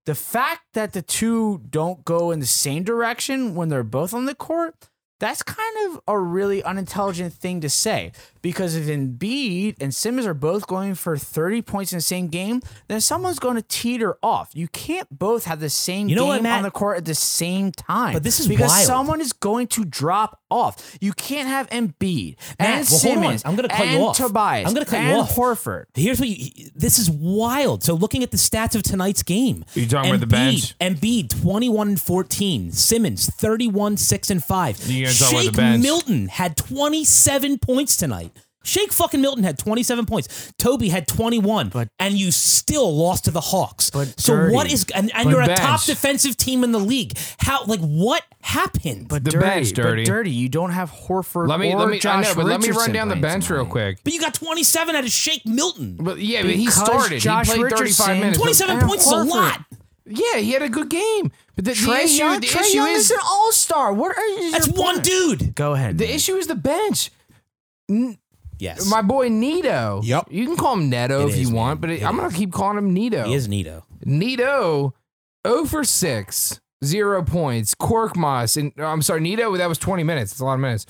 The fact that the two don't go in the same direction when they're both on the court, that's kind of a really unintelligent thing to say. Because if Embiid and Simmons are both going for 30 points in the same game, then someone's going to teeter off. You can't both have the same
You know
game
what, Matt?
on the court at the same time.
But this is
because
wild.
someone is going to drop off. You can't have Embiid and
Matt, well, hold on.
Simmons.
I'm gonna cut you
and
off.
Tobias.
I'm gonna cut you
and
off.
Horford.
Here's what you. This is wild. So looking at the stats of tonight's game,
You talking about the bench?
Embiid 21 and 14, Simmons 31 6 and 5.
You gonna talk about the
Shake
bench?
Milton had 27 points tonight. Shake fucking Milton had 27 points. Toby had 21,
But-
and you still lost to the Hawks.
But
so
dirty.
what is and, and
But
you're a
bench.
top defensive team in the league? How like what happened?
But
The
dirty,
bench, Dirty.
But dirty. You don't have Horford
Let me
or
let me
Josh
I know, but let me
Richardson
run down the
playing
bench
tonight.
real quick.
But you got 27 out of Shake Milton.
But yeah, but he
Because
started.
Josh
he played 35
Richardson-
minutes. but-
27
Aaron
points is a
Horford.
lot.
Yeah, he had a good game. But the, the
Trey
issue,
Young,
the
Trey
issue
Young
is
is an all star. What are you?
That's one dude.
Go ahead.
the issue is the bench.
Yes.
My boy Nito.
Yep.
You can call him Neto
It
if
is,
you want, but I'm gonna keep calling him Nito.
he is Nito.
Nito, 0 for 6 zero points. Corkmas, and oh, I'm sorry, Nito, that was 20 minutes. It's a lot of minutes.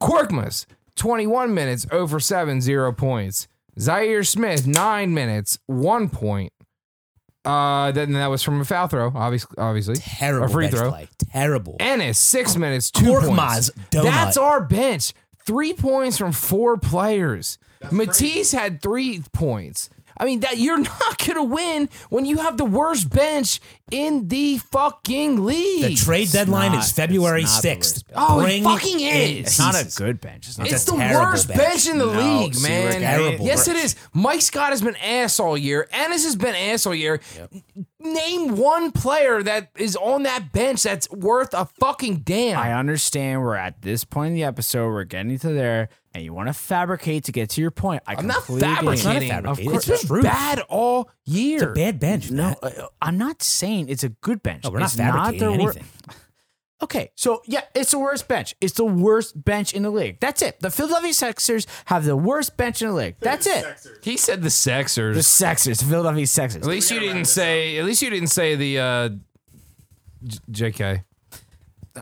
Corkmas, 21 minutes, 0 for 7, zero points. Zaire Smith, nine minutes, one point. Uh, then that was from a foul throw, obviously. Obviously,
Terrible
a free
bench
throw.
play. Terrible.
Ennis, six minutes, two
Korkmaz,
points.
donut.
That's our bench. Three points from four players. Matisse had three points. I mean, that you're not gonna win when you have the worst bench in the fucking league.
the trade deadline
not-
is February
it's not the
sixth.
worst.
Oh, it fucking is.
It's not a good bench. It's not
it's
that
That's a
the
terrible
worst bench,
bench.
in the
No,
league,
see,
man.
we're terrible
Yes, it
bench.
is. Mike Scott has been ass all year. Ennis has been ass all year. Name one player that is on that bench that's worth a fucking damn.
I understand we're at this point in the episode, we're getting to there, and you want to fabricate to get to your point. I
I'm not
completely-
fabricating.
It's not
Of
fabricated.
course,
It's
it's been
truth.
bad all year.
It's a bad bench.
No,
Matt.
uh, I'm not saying it's a good bench.
No, we're not
It's
fabricating
the wor-
anything.
Okay, so yeah, it's the worst bench. It's the worst bench in the league. That's it. The Philadelphia Sixers have the worst bench in the league. That's it.
He said the Sexers.
The Sixers, the Philadelphia
at
Sixers.
least you didn't say. At least you didn't say the uh, J- JK.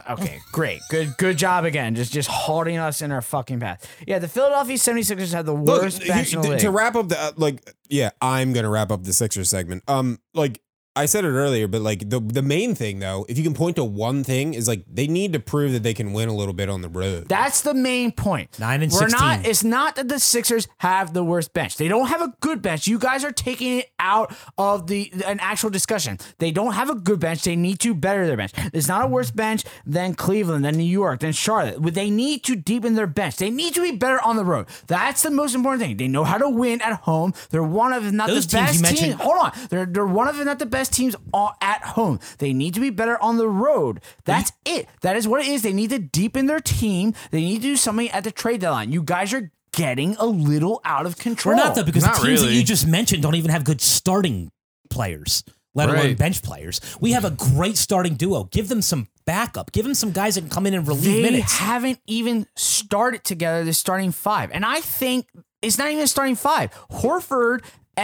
Okay, great. Good good job again. Just just holding us in our fucking path. Yeah, the Philadelphia 76ers have the
Look,
worst bench in the
you-
league.
to wrap up the uh, like, yeah, I'm gonna wrap up the Sixers segment. Um, like I said it earlier, but like the the main thing though, if you can point to one thing, is like they need to prove that they can win a little bit on the road.
That's the main point.
Nine and
We're
16.
not. It's not that the Sixers have the worst bench. They don't have a good bench. You guys are taking it out of the an actual discussion. They don't have a good bench. They need to better their bench. It's not a worse bench than Cleveland, than New York, than Charlotte. They need to deepen their bench. They need to be better on the road. That's the most important thing. They know how to win at home. They're one of if not
Those
the
teams
best
you mentioned-
team. Hold on. They're they're one of if not the best teams all at home. They need to be better on the road. That's it. That is what it is. They need to deepen their team. They need to do something at the trade deadline. You guys are getting a little out of
We're
control.
not though because the
Not
teams that
really.
you just mentioned don't even have good starting players, let alone
Right.
bench players. We have a great starting duo. Give them some backup. Give them some guys that can come in and relieve
they
minutes.
haven't even started together the starting five. And I think it's not even a starting five. Horford and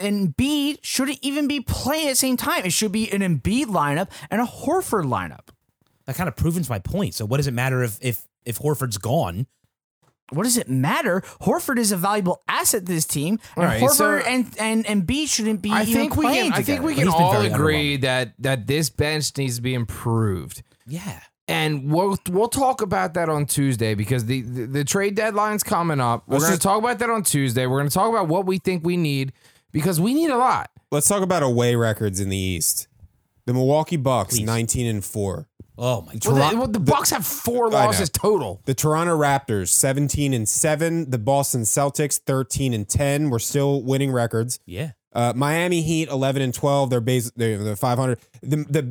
and Embiid shouldn't even be playing at the same time. It should be an Embiid lineup and a Horford lineup.
that kind of proves my point. So what does it matter if if if Horford's gone?
what does it matter? Horford is a valuable asset to this team, and
Right,
Horford
so-
and and and B shouldn't be.
I
even
think we
playing
can. I think
together.
we can
He's been
all
very
agree that that this bench needs to be improved.
Yeah.
and we'll we'll talk about that on Tuesday because the the, the trade deadline's coming up. We're
Let's
going to
just-
talk about that on Tuesday. We're going to talk about what we think we need because we need a lot.
Let's talk about away records in the East. The Milwaukee Bucks, 19 and four.
Oh my
Well,
god.
the, well, the Bucks have four
I know.
losses total.
The Toronto Raptors, 17 and 7. The Boston Celtics, 13 and 10. We're still winning records.
Yeah.
Uh, Miami Heat, 11 and 12. They're base, they're, they're 500. The, the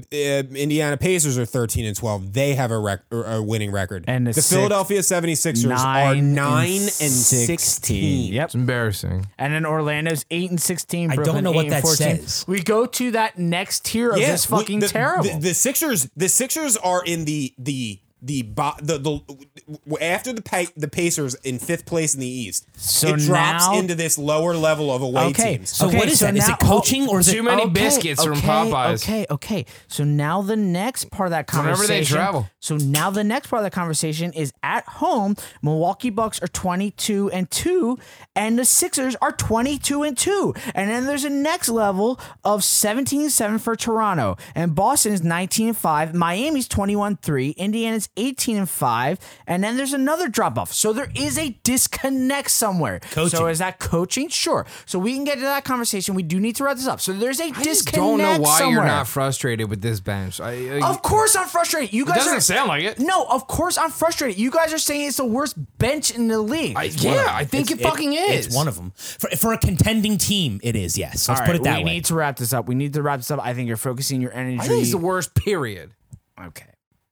uh, Indiana Pacers are 13 and 12. They have a, rec- or a winning record.
And the
the
six-
Philadelphia 76ers are 9 and 16.
Yep,
It's embarrassing.
and then Orlando's eight and sixteen.
I don't
Brooklyn
know what
8 and
that
14.
says.
We go to that next tier of this
we-
fucking
the,
terrible.
The, the Sixers, the Sixers are in the the the bo- the, the w- after the pa- the Pacers in fifth place in the East.
So
it drops
now-
into this lower level of away
okay,
teams.
So
okay,
what is
so
that? Is
now- oh,
it coaching or is
Too
it
many
Okay,
biscuits from
okay,
Popeyes.
Okay, okay. So now the next part of that
Whenever
conversation.
they travel.
So now the next part of the conversation is at home. Milwaukee Bucks are twenty-two and two, and the Sixers are twenty-two and two. And then there's a next level of 17-7 for Toronto, and Boston is nineteen and five. Miami's twenty-one three. Indiana's eighteen and five. And then there's another drop off. So there is a disconnect somewhere.
Coaching.
So is that coaching? Sure. So we can get to that conversation. We do need to wrap this up. So there's a
I just
disconnect
don't know why
somewhere.
you're not frustrated with this bench. I, I,
Of course, I'm frustrated. You guys
doesn't
are-
sound like it.
No, of course I'm frustrated. You guys are saying it's the worst bench in the league.
I- yeah, I think it, fucking is.
It's one of them. For, for a contending team, it is, yes. Let's
All
put
right,
it that
we
way.
need to wrap this up. We need to wrap this up. I think you're focusing your energy.
I think it's the worst. Period.
okay.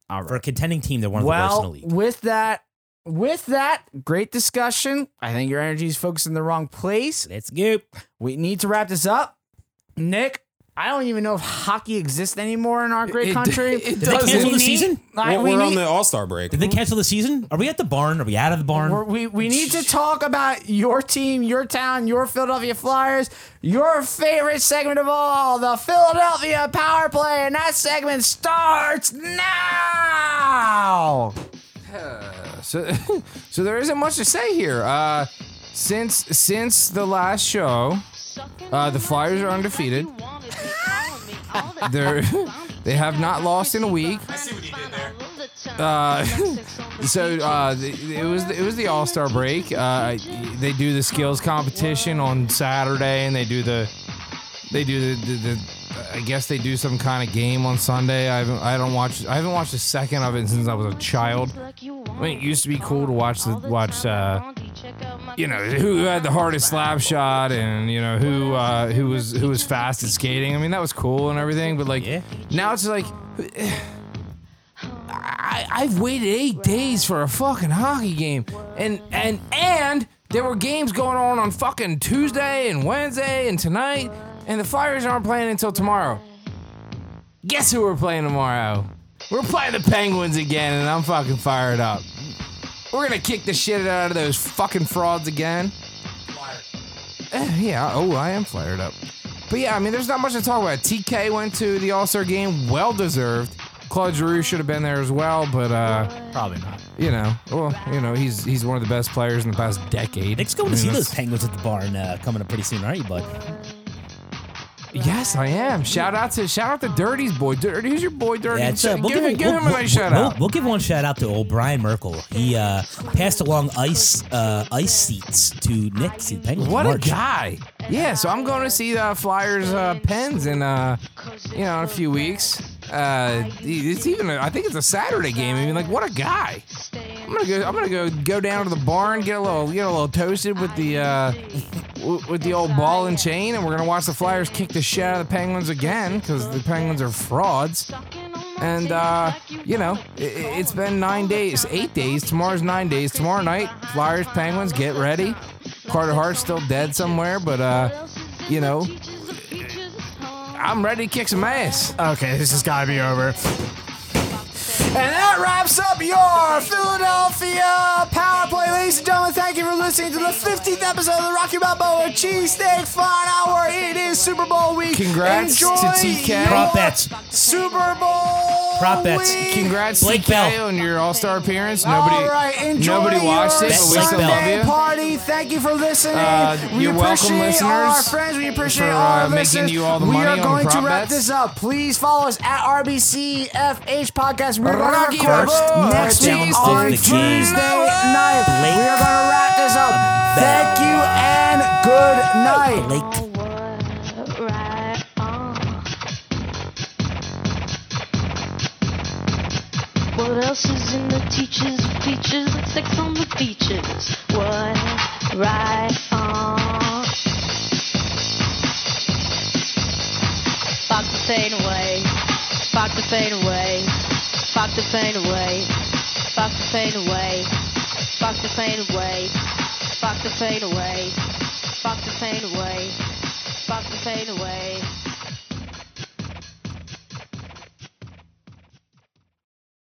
All
for a
right.
contending team, they're one of the worst in
Well,
the league.
with that, with that great discussion, I think your energy is focused in the wrong place.
Let's go.
We need to wrap this up. Nick, I don't even know if hockey exists anymore in our great
It-
country.
it
Did
doesn't. They
canceled the
need-
season?
Like,
Well,
we
we're on
need-
the All Star break.
Did they cancel the season? Are we at the barn? Are we out of the barn?
We're- we we need to talk about your team, your town, your Philadelphia Flyers, your favorite segment of all, the Philadelphia Power Play, and that segment starts now.
So, so there isn't much to say here. Uh, since since the last show,
Uh, the Flyers are undefeated.
They're-
They're they have not lost in a week.
I
see what you did there. Uh,
so uh, the, it was it was the All Star break. Uh, they do the skills competition on Saturday, and they do the they do the, the, the I guess they do some kind of game on Sunday. I haven't I don't watch I haven't watched a second of it since I was a child.
I mean, it used to be cool to watch the watch. Uh,
You know who had the hardest slap shot, and you know who uh, who was who was fast at skating. I mean that was cool and everything, but like
Yeah.
now it's like. I, I've waited eight days for a fucking hockey game, and and and there were games going on on fucking Tuesday and Wednesday and tonight, and the Flyers aren't playing until tomorrow. Guess who we're playing tomorrow? We're playing the Penguins again, and I'm fucking fired up. We're gonna kick the shit out of those fucking frauds again. Eh, yeah, oh, I am fired up. But yeah, I mean, there's not much to talk about. TK went to the All Star game, well deserved. Claude Giroux should have been there as well, but uh,
Probably not.
you know, well, you know, he's he's one of the best players in the past decade.
Nick's going
I
to see
mean,
those penguins at the barn uh, coming up pretty soon, aren't you, bud?
that's- Yes, I am. Shout out to shout out to Dirty's boy. Dirty, who's your boy, Dirty?
Yeah, it's, uh, we'll
give,
give,
him- give him a
we'll-
nice shout
we'll-
out.
We'll give one shout out to old Brian Merkel. He uh, passed along ice uh, ice seats to Nick to the Penguins. in
What a
March.
guy! Yeah, so I'm going to see the Flyers uh, Pens in uh, you know in a few weeks. Uh, it's even a, I think it's a Saturday game. I mean, like what a guy! I'm gonna go. I'm gonna go go down to the barn, get a little get a little toasted with the uh, w- with the old ball and chain, and we're gonna watch the Flyers kick the shit out of the Penguins again because the Penguins are frauds. And uh, you know, i- i- it's been nine days, eight days. Tomorrow's nine days. Tomorrow night, Flyers, Penguins, get ready. Carter Hart's still dead somewhere, but uh, you know, I'm ready to kick some ass.
Okay, this has got to be over. And that wraps up your Philadelphia Power Play, ladies and gentlemen. Thank you for listening to the 15th episode of the Rocky Balboa Cheesesteak Fun Hour. It is Super Bowl week.
Congrats to
Enjoy
TK.
your
Prop bets.
Super Bowl.
Prop bets.
week.
Congrats,
Blake
TK,
Bell.
on your All Star appearance. Nobody,
All right, enjoy
nobody watched
your
it, but we still
Sunday
love you.
party. Thank you for listening.
Uh,
we
you're welcome,
appreciate all our
listeners,
friends. We appreciate
for,
all our
uh, making
listeners.
you all the
we
money
are
on
going to
prop
wrap
bets.
this up. Please follow us at RBCFH Podcast. We're going
Rocky
to record
Balboa.
next
Touchdown
week
to
on
the
Tuesday
game.
night.
Blake
We are going to wrap this up. Thank you and good night.
Blake
What else is in the teachers' features? Like sex on the beaches. What right on? Fuck the pain away. Fuck the pain away. Fuck the pain away. Fuck the pain away. Fuck the pain away. Fuck the pain away. Fuck the pain away. Fuck the pain away.